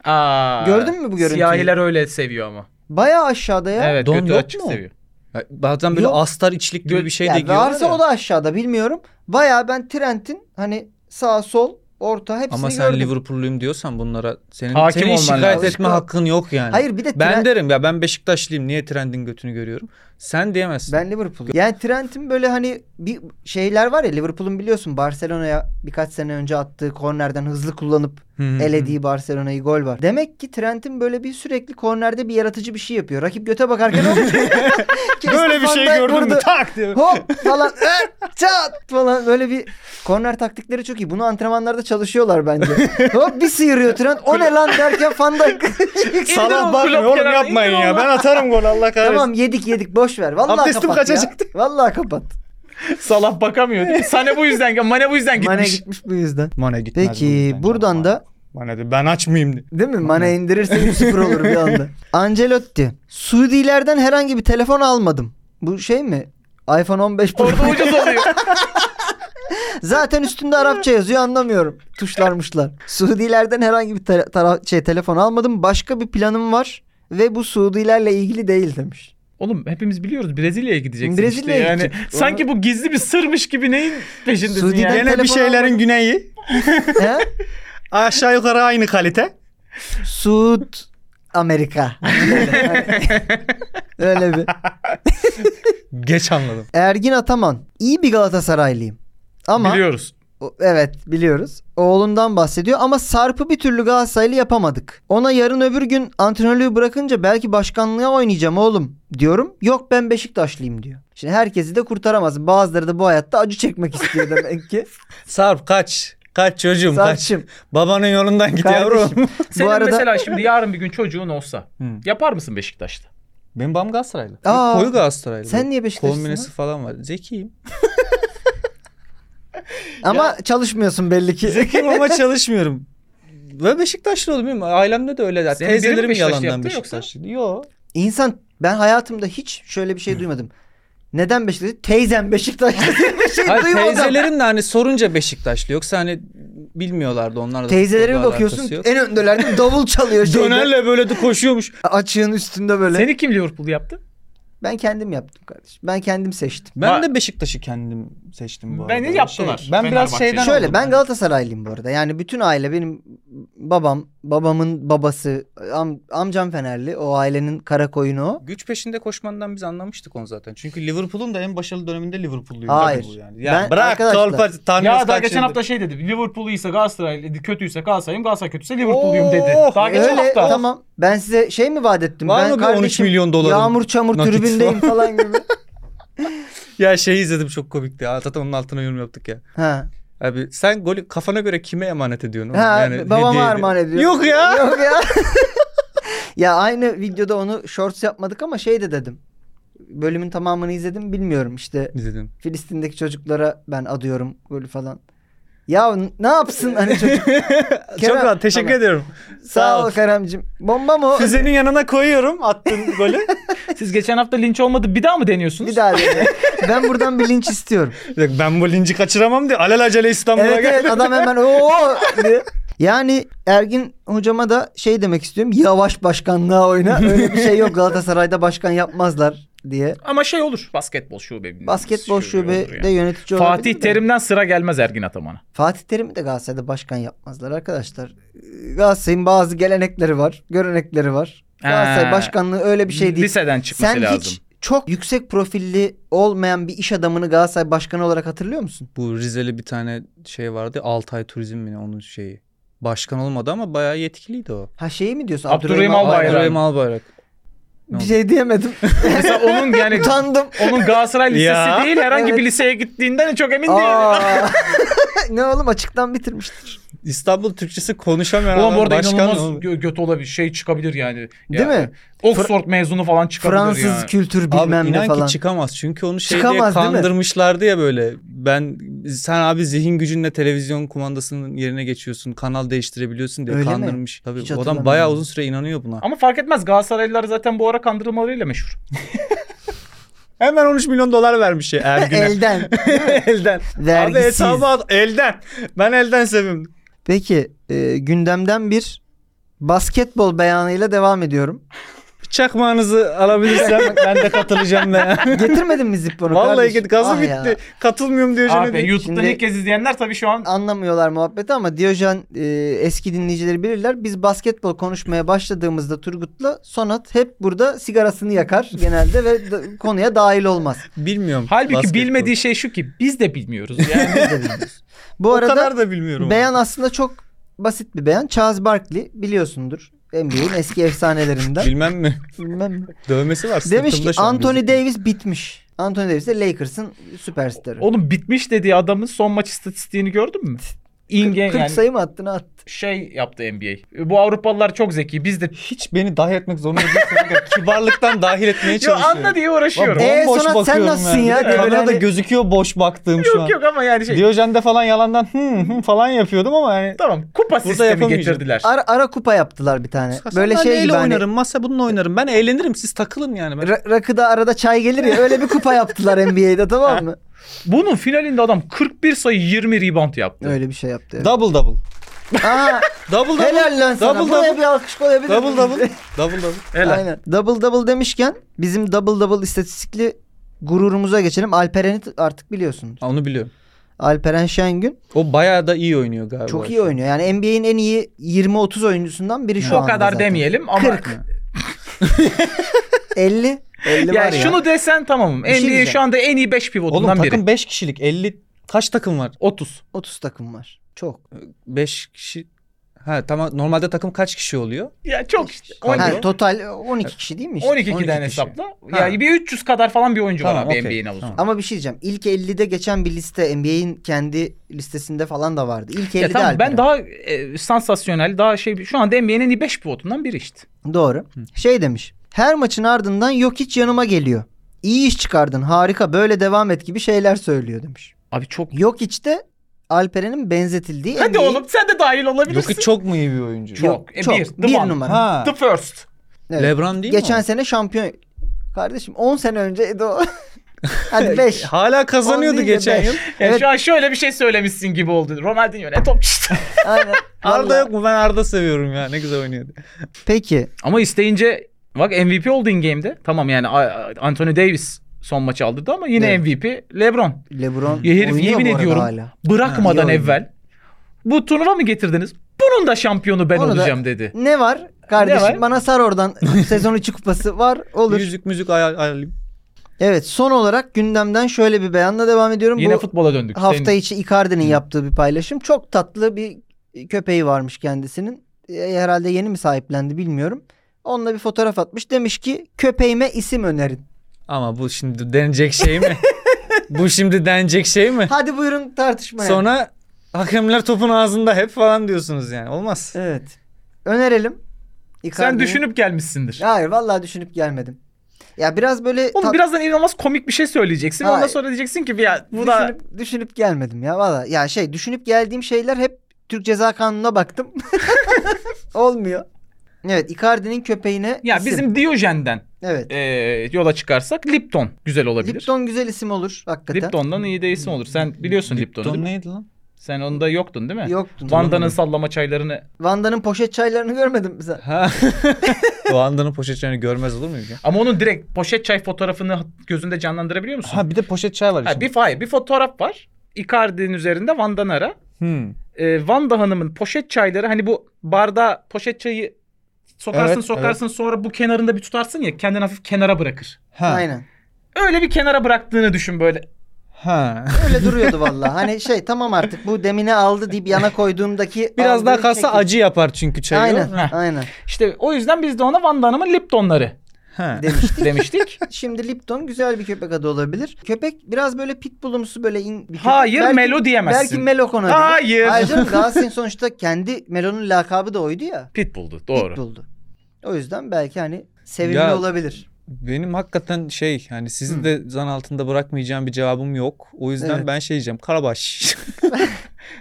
Speaker 3: Aa,
Speaker 2: Gördün mü bu görüntüyü?
Speaker 3: Siyahiler öyle seviyor ama.
Speaker 2: Bayağı aşağıda ya.
Speaker 3: evet
Speaker 4: don
Speaker 3: götü
Speaker 4: yok
Speaker 3: açık
Speaker 4: mu?
Speaker 3: seviyor.
Speaker 4: Ya Bazen böyle
Speaker 2: Yok.
Speaker 4: astar içlik gibi bir şey
Speaker 2: Ya
Speaker 4: de giyiyorlar
Speaker 2: varsa
Speaker 4: ya.
Speaker 2: o da aşağıda bilmiyorum. Bayağı ben Trent'in hani sağ sol orta hepsini
Speaker 4: Ama sen
Speaker 2: gördüm.
Speaker 4: Liverpool'luyum diyorsan bunlara senin,
Speaker 3: Hakim
Speaker 4: senin
Speaker 3: olman
Speaker 4: şikayet
Speaker 3: lazım.
Speaker 4: etme hakkın yok yani.
Speaker 2: Hayır bir de
Speaker 4: ben
Speaker 2: Trent-
Speaker 4: derim ya ben Beşiktaşlıyım niye trendin götünü görüyorum. Sen diyemezsin.
Speaker 2: ben Liverpool'um. Yani Trent'in böyle hani bir şeyler var ya Liverpool'un biliyorsun Barcelona'ya birkaç sene önce attığı kornerden hızlı kullanıp
Speaker 4: Hı hı.
Speaker 2: elediği Barcelona'yı gol var. Demek ki Trent'in böyle bir sürekli kornerde bir yaratıcı bir şey yapıyor. Rakip göte bakarken hop. Kesti,
Speaker 4: Böyle bir
Speaker 2: Van
Speaker 4: şey
Speaker 2: Dijk
Speaker 4: gördün mü
Speaker 2: vurdu.
Speaker 4: tak diye.
Speaker 2: Hop falan eh, çat falan böyle bir korner taktikleri çok iyi. Bunu antrenmanlarda çalışıyorlar bence. Hop bir sıyırıyor Trent. O ne lan derken Van Dijk.
Speaker 4: Salah
Speaker 3: o
Speaker 4: bakmıyor
Speaker 3: Klopp
Speaker 4: oğlum
Speaker 3: kenarda,
Speaker 4: yapmayın
Speaker 3: indir
Speaker 4: ya
Speaker 3: onu.
Speaker 4: ben atarım gol Allah kahretsin.
Speaker 2: tamam yedik yedik boş ver. Vallahi
Speaker 4: Abdestim
Speaker 2: kapat ya.
Speaker 4: kaçacaktı.
Speaker 2: Vallahi kapat.
Speaker 3: Salah bakamıyor değil mi? Sane bu yüzden, Mane bu yüzden gitmiş.
Speaker 2: Mane gitmiş bu yüzden.
Speaker 4: Mane gitmez.
Speaker 2: Peki buradan da
Speaker 4: Mane de ben açmayayım diye.
Speaker 2: Değil mi? Mane indirirse 3-0 olur bir anda. Ancelotti. Suudilerden herhangi bir telefon almadım. Bu şey mi? iPhone 15 Pro.
Speaker 3: Orada ucuz oluyor.
Speaker 2: Zaten üstünde Arapça yazıyor anlamıyorum. Tuşlarmışlar. Suudilerden herhangi bir tara- tara- şey telefon almadım. Başka bir planım var ve bu Suudilerle ilgili değil demiş.
Speaker 3: Oğlum hepimiz biliyoruz Brezilya'ya gideceksin
Speaker 2: Brezilya'ya
Speaker 3: işte. Yani
Speaker 2: gidecek.
Speaker 3: sanki bu gizli bir sırmış gibi neyin peşindesin
Speaker 2: Suudi'den-
Speaker 3: yani.
Speaker 4: Gene bir
Speaker 2: telefon
Speaker 4: şeylerin
Speaker 2: almadım.
Speaker 4: güneyi.
Speaker 2: He?
Speaker 4: Aşağı yukarı aynı kalite.
Speaker 2: Suud Amerika. Hani Öyle bir.
Speaker 4: Geç anladım.
Speaker 2: Ergin Ataman. İyi bir Galatasaraylıyım. Ama
Speaker 3: Biliyoruz.
Speaker 2: O- Evet biliyoruz. Oğlundan bahsediyor ama Sarp'ı bir türlü Galatasaraylı yapamadık. Ona yarın öbür gün antrenörlüğü bırakınca belki başkanlığa oynayacağım oğlum diyorum. Yok ben Beşiktaşlıyım diyor. Şimdi herkesi de kurtaramaz. Bazıları da bu hayatta acı çekmek istiyor demek ki.
Speaker 4: Sarp kaç. Kaç çocuğum kaç.
Speaker 2: Sarp'cığım
Speaker 4: Babanın yolundan git
Speaker 2: kardeşim.
Speaker 4: yavrum.
Speaker 3: Senin
Speaker 2: arada-
Speaker 3: mesela şimdi yarın bir gün çocuğun olsa
Speaker 4: Hı.
Speaker 3: yapar mısın Beşiktaş'ta?
Speaker 4: Benim babam Galatasaraylı.
Speaker 2: Aa.
Speaker 4: Koyu Galatasaraylı.
Speaker 2: Sen niye Beşiktaşlısın
Speaker 4: Kombinesi
Speaker 2: lan?
Speaker 4: falan var. Zekiyim.
Speaker 2: ama çalışmıyorsun belli ki.
Speaker 4: Zekiyim ama çalışmıyorum. Ve Beşiktaşlı oldum. bilmiyorum. Ailemde de öyle der.
Speaker 3: Senin biri mi
Speaker 4: Teyzelerim
Speaker 3: Beşiktaşlı
Speaker 4: yalandan
Speaker 3: yaptı yoksa?
Speaker 4: Beşiktaşlı. Yok.
Speaker 2: İnsan ben hayatımda hiç şöyle bir şey duymadım. Neden Beşiktaşlı? Teyzem Beşiktaşlı diye bir şey
Speaker 4: Hayır,
Speaker 2: duymadım.
Speaker 4: teyzelerim de hani sorunca Beşiktaşlı. Yoksa hani bilmiyorlardı onlar da.
Speaker 2: Teyzelere bir
Speaker 4: futbolla
Speaker 2: bakıyorsun
Speaker 4: alakası yok.
Speaker 2: en öndeler değil mi? davul çalıyor şeyde.
Speaker 4: Dönerle böyle de koşuyormuş.
Speaker 2: Açığın üstünde böyle.
Speaker 3: Seni kim Liverpool yaptı?
Speaker 2: Ben kendim yaptım kardeşim. Ben kendim seçtim.
Speaker 4: Ben
Speaker 3: Var.
Speaker 4: de Beşiktaş'ı kendim seçtim bu arada.
Speaker 3: Beni yaptılar.
Speaker 4: Şey, ben biraz
Speaker 3: Fenerbahçe'yi.
Speaker 4: şeyden
Speaker 2: Şöyle
Speaker 4: oldum.
Speaker 2: ben Galatasaraylıyım bu arada. Yani bütün aile benim babam, babamın babası, am- amcam Fenerli. O ailenin kara koyunu o.
Speaker 4: Güç peşinde koşmandan biz anlamıştık onu zaten. Çünkü Liverpool'un da en başarılı döneminde Liverpool'luyum.
Speaker 2: Hayır.
Speaker 4: Tabii bu Yani.
Speaker 2: Ben-
Speaker 4: Ya bırak
Speaker 2: arkadaşlar-
Speaker 4: kolpa
Speaker 2: Hani
Speaker 4: tanıyoruz
Speaker 3: Ya daha
Speaker 4: kaç
Speaker 3: geçen
Speaker 4: yıldır.
Speaker 3: hafta şey dedi. Liverpool'luysa Galatasaray kötüyse Galatasaray'ım, Galatasaray kötüyse Liverpool'luyum dedi.
Speaker 4: Oh,
Speaker 3: Daha geçen
Speaker 2: Öyle
Speaker 3: hafta.
Speaker 2: tamam. Ben size şey mi vaat ettim?
Speaker 4: Var
Speaker 2: ben
Speaker 4: mı bir 13 milyon dolarım?
Speaker 2: Yağmur çamur
Speaker 4: nakit
Speaker 2: tribündeyim falan gibi.
Speaker 4: Ya şeyi izledim çok komikti. Ha, Zaten onun altına yorum yaptık ya.
Speaker 2: Ha.
Speaker 4: Abi sen golü kafana göre kime emanet ediyorsun? oğlum?
Speaker 2: Ha,
Speaker 4: hediye
Speaker 2: babama
Speaker 4: ediyorsun.
Speaker 2: armağan ediyor.
Speaker 4: Yok ya.
Speaker 2: Yok ya. Ya aynı videoda onu shorts yapmadık ama şey de dedim. Bölümün tamamını izledim bilmiyorum işte
Speaker 4: İzledim.
Speaker 2: Filistin'deki çocuklara ben adıyorum golü falan. Ya n- ne yapsın hani çocuk? Kerem,
Speaker 4: Çok rahat. Teşekkür
Speaker 2: tamam.
Speaker 4: ediyorum.
Speaker 2: Sağ
Speaker 4: Sağ
Speaker 2: ol
Speaker 4: ol.
Speaker 2: Kerem'cim. Bomba mı? o?
Speaker 4: Füzenin yanına koyuyorum attığın golü.
Speaker 3: Siz geçen hafta linç olmadı bir daha mı deniyorsunuz?
Speaker 2: Bir daha dene. ben buradan bir linç istiyorum.
Speaker 4: Yok, ben bu linci kaçıramam diye alelacele İstanbul'a
Speaker 2: evet
Speaker 4: geldim.
Speaker 2: evet adam hemen ooo diye. Yani Ergin hocama da şey demek istiyorum. Yavaş başkanlığa oyna. Öyle bir şey yok Galatasaray'da başkan yapmazlar diye.
Speaker 3: Ama şey olur. Basketbol şube.
Speaker 2: Basketbol
Speaker 3: olur
Speaker 2: şubede
Speaker 3: yani.
Speaker 2: yönetici olabilir
Speaker 3: Fatih
Speaker 2: de.
Speaker 3: Terim'den sıra gelmez Ergin Ataman'a.
Speaker 2: Fatih Terim'i de Galatasaray'da başkan yapmazlar arkadaşlar. Galatasaray'ın bazı gelenekleri var, görenekleri var. Galatasaray
Speaker 3: Ha.
Speaker 2: başkanlığı öyle bir şey değil.
Speaker 3: Liseden çıkması
Speaker 2: Sen
Speaker 3: lazım.
Speaker 2: hiç çok yüksek profilli olmayan bir iş adamını Galatasaray başkanı olarak hatırlıyor musun?
Speaker 4: Bu Rizeli bir tane şey vardı. ya, Altay Turizm mi ne onun şeyi. Başkan olmadı ama bayağı yetkiliydi o.
Speaker 2: Ha şeyi mi diyorsun?
Speaker 3: Abdurrahim Albayrak.
Speaker 4: Abdurrahim Albayrak.
Speaker 2: Bir şey diyemedim.
Speaker 3: Mesela onun yani
Speaker 2: Utandım.
Speaker 3: onun Galatasaray lisesi
Speaker 4: Ya.
Speaker 3: değil herhangi
Speaker 2: Evet.
Speaker 3: bir liseye gittiğinden çok emin değilim.
Speaker 2: Aa. ne oğlum açıktan bitirmiştir.
Speaker 4: İstanbul Türkçesi konuşamayan
Speaker 3: Oğlum bu
Speaker 4: adam
Speaker 3: arada
Speaker 4: başkan
Speaker 3: inanılmaz
Speaker 4: oldu.
Speaker 3: gö- göt olabilir. Şey çıkabilir yani.
Speaker 2: Değil
Speaker 3: Ya,
Speaker 2: mi?
Speaker 3: Oxford mezunu falan çıkabilir
Speaker 2: Fransız
Speaker 3: yani.
Speaker 2: kültür
Speaker 4: Abi
Speaker 2: bilmem
Speaker 4: inan
Speaker 2: ne falan.
Speaker 4: ki çıkamaz çünkü onu şey
Speaker 2: Çıkamaz,
Speaker 4: diye
Speaker 2: değil mi?
Speaker 4: kandırmışlardı ya böyle. Ben sen abi zihin gücünle televizyon kumandasının yerine geçiyorsun. Kanal değiştirebiliyorsun diye
Speaker 2: Öyle mi?
Speaker 4: kandırmış. Tabii
Speaker 2: Hiç
Speaker 4: bu adam
Speaker 2: hatırlamıyorum.
Speaker 4: bayağı uzun süre inanıyor buna.
Speaker 3: Ama fark etmez Galatasaraylılar zaten bu ara kandırmalarıyla meşhur.
Speaker 4: Hemen 13 milyon dolar vermiş ya Ergün'e.
Speaker 2: Elden.
Speaker 4: elden. Abi
Speaker 2: Vergisiz.
Speaker 4: hesabı at elden. Ben elden sevim.
Speaker 2: Peki e, gündemden bir basketbol beyanıyla devam ediyorum.
Speaker 4: Çakmağınızı alabilirsem ben de katılacağım ben.
Speaker 2: Getirmedin mi Zippor'u
Speaker 4: Vallahi
Speaker 2: kardeşim?
Speaker 4: git gazı
Speaker 2: Ah
Speaker 4: bitti.
Speaker 2: ya.
Speaker 4: Katılmıyorum diyor.
Speaker 3: Abi
Speaker 4: şimdi.
Speaker 3: YouTube'dan
Speaker 2: Şimdi-
Speaker 3: ilk kez izleyenler tabii şu an
Speaker 2: Anlamıyorlar muhabbeti ama Diyojen e, eski dinleyicileri bilirler. Biz basketbol konuşmaya başladığımızda Turgut'la Sonat hep burada sigarasını yakar genelde ve da- konuya dahil olmaz.
Speaker 4: Bilmiyorum.
Speaker 3: halbuki
Speaker 4: basketbol.
Speaker 3: bilmediği şey şu ki biz de bilmiyoruz yani.
Speaker 2: Biz de bilmiyoruz. Bu
Speaker 4: o
Speaker 2: arada
Speaker 4: kadar da bilmiyorum.
Speaker 2: beyan aslında çok basit bir beyan. Charles Barkley biliyorsundur. NBA'in eski efsanelerinden.
Speaker 4: Bilmem mi?
Speaker 2: Bilmem mi?
Speaker 4: Dövmesi var.
Speaker 2: Demiş
Speaker 4: sırtımda
Speaker 2: ki
Speaker 4: şu an
Speaker 2: Anthony
Speaker 4: gözüküyor.
Speaker 2: Davis bitmiş. Anthony Davis de Lakers'ın süperstarı.
Speaker 3: Oğlum bitmiş dediği adamın son maç istatistiğini gördün mü?
Speaker 2: Kırk-
Speaker 3: İnge
Speaker 2: 40
Speaker 3: yani
Speaker 2: sayı mı attı ne attı?
Speaker 3: şey yaptı NBA. Bu Avrupalılar çok zeki. Biz de
Speaker 4: Hiç beni dahil etmek zorunda değilsin. Kibarlıktan dahil etmeye
Speaker 3: Yo,
Speaker 4: çalışıyorum.
Speaker 3: anla diye uğraşıyorum.
Speaker 2: Lan Ee,
Speaker 4: Bomboş
Speaker 2: Sonat, sen
Speaker 4: bakıyorum
Speaker 2: nasılsın
Speaker 4: yani.
Speaker 2: ya
Speaker 4: Bir de
Speaker 2: diye böyle
Speaker 4: Kamera da
Speaker 2: hani-
Speaker 4: gözüküyor boş baktığım şu an.
Speaker 3: yok yok ama yani şey.
Speaker 4: Diyojen'de falan yalandan hı hı falan yapıyordum ama hani- yani.
Speaker 3: Tamam kupa sistemi
Speaker 4: yapamayacağım.
Speaker 3: getirdiler.
Speaker 2: Ara, ara kupa yaptılar bir tane. Böyle şey gibi hani
Speaker 4: masa bununla oynarım. Ben eğlenirim siz takılın yani. Ben...
Speaker 2: Ra- rakıda arada çay gelir ya öyle bir kupa yaptılar NBA'de tamam mı?
Speaker 3: Bunun finalinde adam 41 sayı 20 rebound yaptı.
Speaker 2: öyle bir şey yaptı. evet.
Speaker 4: Double double.
Speaker 2: Aa,
Speaker 4: Double double.
Speaker 2: helal lan sana.
Speaker 4: Double
Speaker 2: Buraya
Speaker 4: double.
Speaker 2: bir alkış koyabilir
Speaker 4: Double
Speaker 2: miyiz?
Speaker 4: double. Double double.
Speaker 3: Helal.
Speaker 2: Aynen. Double double demişken bizim double double istatistikli gururumuza geçelim. Alperen'i t- artık biliyorsunuz.
Speaker 4: Ha, Onu biliyorum.
Speaker 2: Alperen Şengün
Speaker 4: O bayağı da iyi oynuyor galiba.
Speaker 2: çok iyi oynuyor. Yani NBA'in en iyi 20-30 oyuncusundan biri şu
Speaker 3: o
Speaker 2: anda
Speaker 3: kadar
Speaker 2: zaten.
Speaker 3: demeyelim ama
Speaker 2: 40. 50. 50
Speaker 3: ya
Speaker 2: var ya.
Speaker 3: şunu desen tamamım.
Speaker 2: şey
Speaker 3: NBA şu
Speaker 2: diyeceğim.
Speaker 3: anda en iyi 5
Speaker 4: Oğlum
Speaker 3: pivotundan biri.
Speaker 4: takım 5 kişilik 50 kaç takım var?
Speaker 3: 30.
Speaker 2: 30 takım var. Çok.
Speaker 4: 5 kişi. Ha tamam normalde takım kaç kişi oluyor?
Speaker 3: Ya çok işte.
Speaker 4: Kanka,
Speaker 3: 12,
Speaker 2: Ha, total 12 kişi değil mi? işte?
Speaker 3: 12
Speaker 4: 12
Speaker 3: kişiden
Speaker 4: kişi.
Speaker 3: hesapla.
Speaker 4: Ha.
Speaker 3: Yani bir 300 kadar falan bir oyuncu
Speaker 4: Tamam,
Speaker 3: var abi
Speaker 4: okey.
Speaker 3: NBA'in havuzunda.
Speaker 4: Tamam.
Speaker 2: Ama bir şey diyeceğim. İlk 50'de geçen bir liste NBA'in kendi listesinde falan da vardı. İlk 50'de
Speaker 3: Ya tamam,
Speaker 2: Alperen.
Speaker 3: ben daha e, sansasyonel, daha şey şu anda NBA'nin en iyi 5 pivotundan biri işte.
Speaker 2: Doğru. Şey demiş. Her maçın ardından yok hiç yanıma geliyor. İyi iş çıkardın harika böyle devam et gibi şeyler söylüyor demiş.
Speaker 3: Abi çok
Speaker 2: Yok de Alperen'in benzetildiği
Speaker 3: Hadi
Speaker 2: NBA'in
Speaker 3: oğlum sen de dahil olabilirsin.
Speaker 4: Jokic çok mu iyi bir oyuncu?
Speaker 3: Çok.
Speaker 2: Yok,
Speaker 3: E, bir,
Speaker 2: çok.
Speaker 3: the one.
Speaker 2: numara.
Speaker 4: Ha.
Speaker 3: The first.
Speaker 2: Evet.
Speaker 4: LeBron değil
Speaker 2: Geçen
Speaker 4: mi?
Speaker 2: sene şampiyon. Kardeşim 10 sene önce de o. Hadi 5.
Speaker 4: Hala kazanıyordu
Speaker 2: On değil de
Speaker 4: geçen
Speaker 2: beş.
Speaker 4: yıl.
Speaker 3: Yani
Speaker 2: Evet.
Speaker 3: şu an şöyle bir şey söylemişsin gibi oldu. Ronaldinho ne topçu.
Speaker 2: Aynen.
Speaker 4: Arda
Speaker 2: Vallahi.
Speaker 4: yok mu? Ben Arda seviyorum ya. Ne güzel oynuyordu.
Speaker 2: Peki.
Speaker 3: Ama isteyince bak MVP oldu in game'de. Tamam yani a- a- Anthony Davis son maçı aldırdı ama yine
Speaker 2: Evet.
Speaker 3: MVP LeBron.
Speaker 2: LeBron
Speaker 3: Ya herif
Speaker 2: oynuyor
Speaker 3: yemin
Speaker 2: bu arada
Speaker 3: ediyorum
Speaker 2: hala.
Speaker 3: Bırakmadan
Speaker 2: Ha, iyi
Speaker 3: evvel bu turnuva mı getirdiniz? Bunun da şampiyonu ben
Speaker 2: Onu da-
Speaker 3: olacağım dedi.
Speaker 2: Ne var kardeşim?
Speaker 3: Ne var?
Speaker 2: Bana sar oradan. Sezon 2 kupası var. Olur.
Speaker 4: Müzik müzik ayar ayarlayayım.
Speaker 2: Evet son olarak gündemden şöyle bir beyanla devam ediyorum.
Speaker 3: Yine
Speaker 2: Bu
Speaker 3: futbola döndük.
Speaker 2: hafta
Speaker 3: Senin-
Speaker 2: içi Icardi'nin yaptığı bir paylaşım. Çok tatlı bir köpeği varmış kendisinin. E, Herhalde yeni mi sahiplendi bilmiyorum. Onunla bir fotoğraf atmış. Demiş ki köpeğime isim önerin.
Speaker 4: Ama bu şimdi denecek şey mi? bu şimdi denecek şey mi?
Speaker 2: Hadi buyurun tartışmaya.
Speaker 4: Sonra hakemler topun ağzında hep falan diyorsunuz yani. Olmaz.
Speaker 2: Evet. Önerelim.
Speaker 3: Sen
Speaker 2: Icardi'nin-
Speaker 3: düşünüp gelmişsindir.
Speaker 2: Hayır vallahi düşünüp gelmedim. Ya biraz böyle
Speaker 3: Oğlum
Speaker 2: tat-
Speaker 3: birazdan inanılmaz komik bir şey söyleyeceksin.
Speaker 2: Hayır.
Speaker 3: Ondan sonra diyeceksin ki ya bu da
Speaker 2: düşünüp, düşünüp gelmedim ya valla. Ya şey düşünüp geldiğim şeyler hep Türk Ceza Kanunu'na baktım. Olmuyor. Evet Icardi'nin köpeğine
Speaker 3: ya
Speaker 2: isim.
Speaker 3: bizim Diyojen'den
Speaker 2: Evet.
Speaker 3: e, yola çıkarsak Lipton güzel olabilir.
Speaker 2: Lipton güzel isim olur hakikaten.
Speaker 3: Lipton'dan iyi değilsin olur. Sen biliyorsun Lipton'u. değil mi?
Speaker 4: neydi lan?
Speaker 3: Sen onda yoktun değil mi?
Speaker 2: Yoktu.
Speaker 3: Vanda'nın sallama çaylarını
Speaker 2: Vanda'nın poşet çaylarını görmedim mi sen?
Speaker 4: Ha. Ruanda'nın poşet çayını görmez olur muyum ya?
Speaker 3: ama onun direkt poşet çay fotoğrafını gözünde canlandırabiliyor musun?
Speaker 4: Ha bir de poşet çay var
Speaker 3: Ha,
Speaker 4: içinde.
Speaker 3: bir hayır, bir fotoğraf var. Icardi'nin üzerinde Van Danara.
Speaker 4: Hmm.
Speaker 3: Ee, Vanda Hanım'ın poşet çayları hani bu bardağa poşet çayı sokarsın
Speaker 4: Evet,
Speaker 3: sokarsın sonra bu kenarında bir tutarsın ya kendini hafif kenara bırakır.
Speaker 4: Ha.
Speaker 2: Aynen.
Speaker 3: Öyle bir kenara bıraktığını düşün böyle.
Speaker 4: Ha.
Speaker 2: Öyle duruyordu valla. Hani şey tamam artık bu demine aldı deyip yana koyduğumdaki
Speaker 4: Biraz
Speaker 2: aldığı
Speaker 4: daha kalsa
Speaker 2: şekil.
Speaker 4: acı yapar çünkü çayı.
Speaker 2: Aynen.
Speaker 3: şey Heh.
Speaker 2: Aynen.
Speaker 3: İşte o yüzden biz de ona Vanda Hanım'ın Lipton'ları
Speaker 4: Ha.
Speaker 2: Demiştik.
Speaker 3: demiştik.
Speaker 2: Şimdi Lipton güzel bir köpek adı olabilir. Köpek biraz böyle pitbullumsu böyle in bir köpek.
Speaker 3: Hayır
Speaker 2: Belki-
Speaker 3: Melo diyemezsin.
Speaker 2: Belki Melo konabilir.
Speaker 3: Hayır.
Speaker 2: Hayır canım Galatasaray'ın sonuçta kendi Melo'nun lakabı da oydu ya.
Speaker 3: Pitbull'du doğru.
Speaker 2: Pitbull'du. O yüzden belki hani sevimli
Speaker 4: Ya-
Speaker 2: olabilir.
Speaker 4: Benim hakikaten şey hani sizi
Speaker 2: Hmm.
Speaker 4: de zan altında bırakmayacağım bir cevabım yok. O yüzden
Speaker 2: Evet.
Speaker 4: ben şey diyeceğim. Karabaş.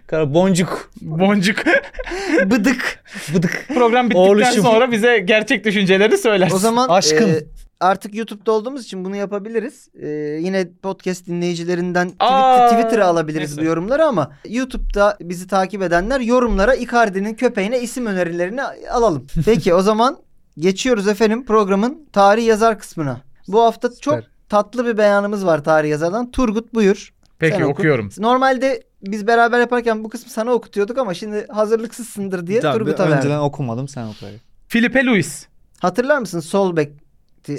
Speaker 4: Kara boncuk.
Speaker 3: Boncuk.
Speaker 2: Bıdık.
Speaker 4: Bıdık.
Speaker 3: Program bittikten
Speaker 4: Oğluşum.
Speaker 3: sonra bize gerçek düşünceleri söylersin.
Speaker 2: O zaman
Speaker 4: Aşkım.
Speaker 2: e, artık YouTube'da olduğumuz için bunu yapabiliriz. E, yine podcast dinleyicilerinden Twitter-
Speaker 3: Aa,
Speaker 2: Twitter'a alabiliriz
Speaker 3: neyse.
Speaker 2: bu yorumları ama YouTube'da bizi takip edenler yorumlara Icardi'nin köpeğine isim önerilerini alalım. Peki o zaman geçiyoruz efendim programın tarih yazar kısmına. Bu hafta çok
Speaker 4: Süper.
Speaker 2: tatlı bir beyanımız var tarih yazardan. Turgut buyur.
Speaker 3: Peki
Speaker 2: Sen oku.
Speaker 3: okuyorum.
Speaker 2: Normalde biz beraber yaparken bu kısmı sana okutuyorduk ama şimdi hazırlıksızsındır diye
Speaker 4: Tamam,
Speaker 2: Turgut'a
Speaker 4: ben
Speaker 2: verdim.
Speaker 4: önceden okumadım sen oku. hadi.
Speaker 3: Filipe Luis.
Speaker 2: Hatırlar mısın sol bek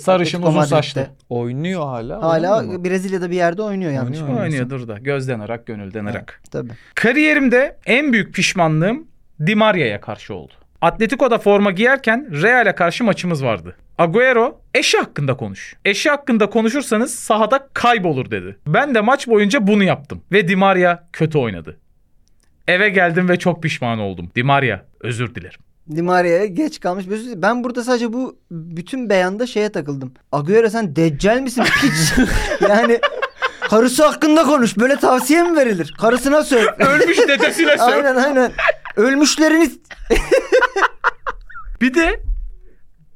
Speaker 3: Sarışın uzun saçlı.
Speaker 4: Oynuyor hala. oynamıyor mu?
Speaker 2: Hala Brezilya'da bir yerde oynuyor yanlış.
Speaker 4: Oynuyor.
Speaker 2: bilmiyorsam.
Speaker 3: Oynuyor dur da. Gözden ırak, gönülden ırak.
Speaker 2: Tabii.
Speaker 3: Kariyerimde en büyük pişmanlığım Di Maria'ya karşı oldu. Atletico'da forma giyerken Real'e karşı maçımız vardı. Agüero eşi hakkında konuş. Eşi hakkında konuşursanız sahada kaybolur dedi. Ben de maç boyunca bunu yaptım ve Di Maria kötü oynadı. Eve geldim ve çok pişman oldum. Di Maria özür dilerim.
Speaker 2: Di Maria'ya geç kalmış. Özür- Ben burada sadece bu bütün beyanda şeye takıldım. Agüero sen deccal misin piç? yani karısı hakkında konuş. Böyle tavsiye mi verilir? Karısına söyle.
Speaker 3: Ölmüş dedesine söv.
Speaker 2: aynen aynen. Ölmüşlerini
Speaker 3: Bir de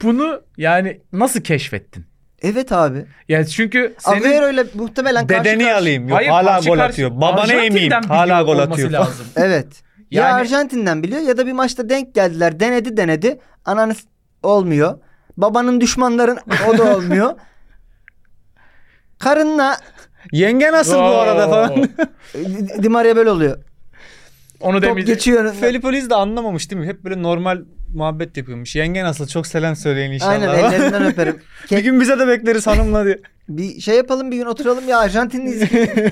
Speaker 3: bunu yani nasıl keşfettin?
Speaker 2: Evet abi.
Speaker 3: Yani çünkü senin...
Speaker 2: Agüero ile muhtemelen karşı
Speaker 4: Dedeni
Speaker 2: karşı-
Speaker 4: alayım. Yok
Speaker 3: Hayır,
Speaker 4: hala
Speaker 3: karşı
Speaker 4: gol
Speaker 3: karşı-
Speaker 4: atıyor. Babana
Speaker 3: Arjantin'den
Speaker 4: emeyim.
Speaker 3: biliyor
Speaker 4: Hala gol
Speaker 3: olması
Speaker 4: atıyor.
Speaker 3: lazım.
Speaker 2: Evet. Ya
Speaker 3: Yani-
Speaker 2: Arjantin'den biliyor ya da bir maçta denk geldiler. Denedi denedi. Ananız olmuyor. Babanın düşmanların o da olmuyor. Karınla e,
Speaker 4: Yenge nasıl bu arada falan.
Speaker 3: Oo.
Speaker 2: Di- Di Maria böyle oluyor.
Speaker 3: Onu
Speaker 2: Top
Speaker 3: demeyeceğim.
Speaker 2: geçiyor.
Speaker 4: Felipe Luis de anlamamış değil mi? Hep böyle normal muhabbet yapıyormuş. Yenge nasıl çok selam söyleyin inşallah.
Speaker 2: Aynen ellerinden öperim.
Speaker 4: bir gün bize de bekleriz hanımla diye.
Speaker 2: Bir şey yapalım bir gün oturalım ya Arjantinli izleyelim.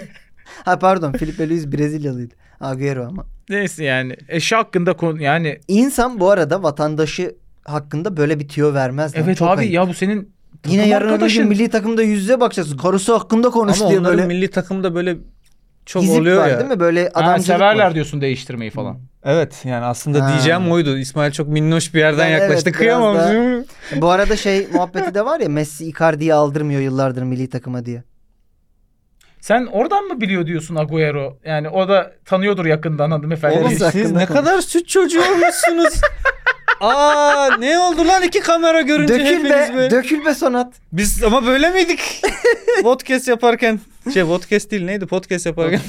Speaker 2: ha pardon Felipe Luis Brezilyalıydı. Agüero ama.
Speaker 3: Neyse yani eşi hakkında konu yani
Speaker 2: İnsan bu arada vatandaşı hakkında böyle bir tüyo vermez. lan.
Speaker 3: evet
Speaker 2: Çok
Speaker 3: abi
Speaker 2: ayıp.
Speaker 3: ya bu senin takım
Speaker 2: Yine yarın öbür gün
Speaker 3: arkadaşın.
Speaker 2: milli takımda yüzde bakacağız. Karısı hakkında konuş
Speaker 4: Ama
Speaker 2: diye
Speaker 4: onların
Speaker 2: böyle.
Speaker 4: milli takımda böyle çok
Speaker 2: Gizip
Speaker 4: oluyor
Speaker 2: var
Speaker 4: ya.
Speaker 2: değil mi? Böyle
Speaker 3: Ha,
Speaker 2: adamcılık
Speaker 3: severler
Speaker 2: var.
Speaker 3: diyorsun değiştirmeyi falan.
Speaker 4: Evet yani aslında
Speaker 2: Ha.
Speaker 4: diyeceğim oydu. İsmail çok minnoş bir yerden
Speaker 2: Yani
Speaker 4: yaklaştı.
Speaker 2: evet,
Speaker 4: Kıyamam.
Speaker 2: biraz Bu arada şey muhabbeti de var ya Messi Icardi'yi aldırmıyor yıllardır milli takıma diye.
Speaker 3: Sen oradan mı biliyor diyorsun Agüero? Yani o da tanıyordur yakından hanımefendi.
Speaker 4: Oğlum
Speaker 2: Oğlum,
Speaker 3: Oğlum,
Speaker 2: Hakkında
Speaker 4: siz ne
Speaker 2: konuş.
Speaker 4: kadar süt çocuğu olmuşsunuz. Aa ne oldu lan iki kamera görünce
Speaker 2: Dökül be,
Speaker 4: hepiniz be.
Speaker 2: dökül be Sonat.
Speaker 4: Biz ama böyle miydik? podcast yaparken. Şey podcast değil neydi podcast yaparken.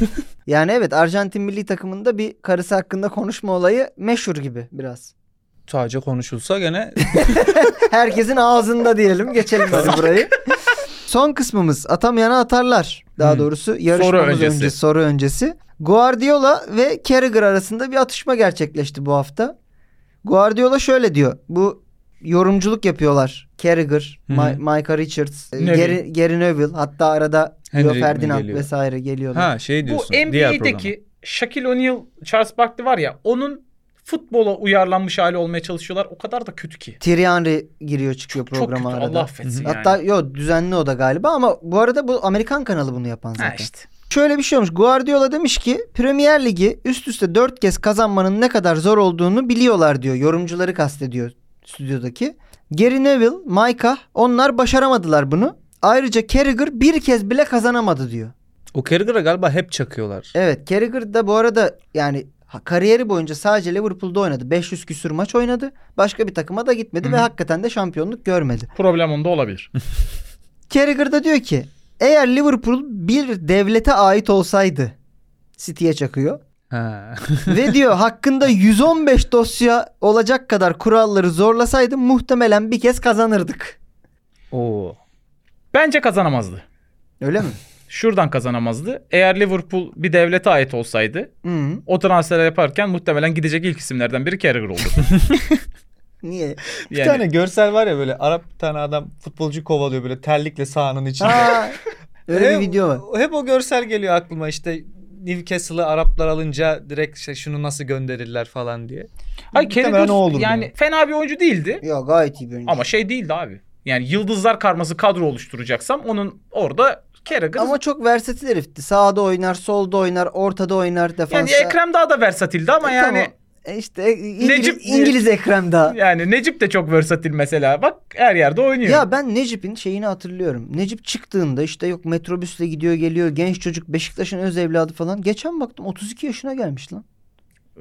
Speaker 2: Yani evet Arjantin milli takımında bir karısı hakkında konuşma olayı meşhur gibi biraz.
Speaker 4: Sadece konuşulsa gene
Speaker 2: Herkesin ağzında diyelim. Geçelim hadi burayı. Son kısmımız atamayana atarlar. Daha
Speaker 4: Hmm.
Speaker 2: doğrusu yarışmamız
Speaker 3: Soru öncesi.
Speaker 2: önce soru öncesi. Guardiola ve Carragher arasında bir atışma gerçekleşti bu hafta. Guardiola şöyle diyor. Bu yorumculuk yapıyorlar. Carragher,
Speaker 4: Hı hı.
Speaker 2: Ma- Micah Richards, e,
Speaker 3: Neville.
Speaker 2: Gary, Gary Neville hatta arada
Speaker 4: Henry
Speaker 2: Rio
Speaker 4: mi
Speaker 2: Ferdinand
Speaker 4: geliyor?
Speaker 2: vesaire geliyorlar.
Speaker 4: ha şey
Speaker 3: Bu
Speaker 4: diyorsun. diğer programa.
Speaker 3: NBA'deki Shaquille O'Neal, Charles Barkley var ya onun futbola uyarlanmış hali olmaya çalışıyorlar. O kadar da kötü ki.
Speaker 2: Thierry Henry giriyor çıkıyor
Speaker 3: Çok
Speaker 2: programa
Speaker 3: kötü.
Speaker 2: arada.
Speaker 3: Allah affetsin yani.
Speaker 2: Hatta yo düzenli o da galiba ama bu arada bu Amerikan kanalı bunu yapan zaten.
Speaker 3: ha işte.
Speaker 2: Şöyle bir şey olmuş. Guardiola demiş ki Premier Ligi üst üste 4 kez kazanmanın ne kadar zor olduğunu biliyorlar diyor. Yorumcuları kastediyor. stüdyodaki. Gary Neville, Micah onlar başaramadılar bunu. Ayrıca Carragher bir kez bile kazanamadı diyor.
Speaker 4: O Carragher'a galiba hep çakıyorlar.
Speaker 2: Evet Carragher da bu arada yani ha- kariyeri boyunca sadece Liverpool'da oynadı. 500 küsür maç oynadı. Başka bir takıma da gitmedi
Speaker 3: Hı
Speaker 2: ve
Speaker 3: hı.
Speaker 2: hakikaten de şampiyonluk görmedi.
Speaker 3: Problem onda olabilir.
Speaker 2: Carragher da diyor ki eğer Liverpool bir devlete ait olsaydı City'ye çakıyor.
Speaker 4: Ha.
Speaker 2: Ve diyor hakkında 115 dosya olacak kadar kuralları zorlasaydı muhtemelen bir kez kazanırdık.
Speaker 4: Oo.
Speaker 3: Bence kazanamazdı.
Speaker 2: Öyle mi?
Speaker 3: Şuradan kazanamazdı. Eğer Liverpool bir devlete ait olsaydı
Speaker 2: Hı.
Speaker 3: o transfer yaparken muhtemelen gidecek ilk isimlerden biri Carragher oldu.
Speaker 2: Niye?
Speaker 4: Bir
Speaker 3: Yani
Speaker 4: tane görsel var ya böyle Arap bir tane adam futbolcu kovalıyor böyle terlikle sahanın içinde.
Speaker 2: Aa, öyle bir video var.
Speaker 4: Hep o görsel geliyor aklıma işte Newcastle'ı Araplar alınca direkt işte şunu nasıl gönderirler falan diye.
Speaker 3: Hayır
Speaker 4: Muhtemelen
Speaker 3: Carragher
Speaker 4: o olur
Speaker 3: yani
Speaker 4: yani.
Speaker 3: fena bir oyuncu değildi.
Speaker 2: Ya gayet iyi bir oyuncu.
Speaker 3: Ama şey değildi abi. Yani yıldızlar karması kadro oluşturacaksam onun orada Carragher
Speaker 2: Ama çok versatil herifti. Sağda oynar, solda oynar, ortada oynar,
Speaker 3: yani
Speaker 2: defansa.
Speaker 3: Ekrem daha da versatildi ama
Speaker 2: E,
Speaker 3: yani
Speaker 2: tamam. E işte e, İngiliz,
Speaker 3: Necip-
Speaker 2: İngiliz Ekrem daha.
Speaker 3: yani Necip de çok versatil mesela. Bak her yerde oynuyor.
Speaker 2: Ya ben Necip'in şeyini hatırlıyorum. Necip çıktığında işte yok metrobüsle gidiyor geliyor genç çocuk Beşiktaş'ın öz evladı falan. Geçen baktım 32 yaşına gelmiş lan.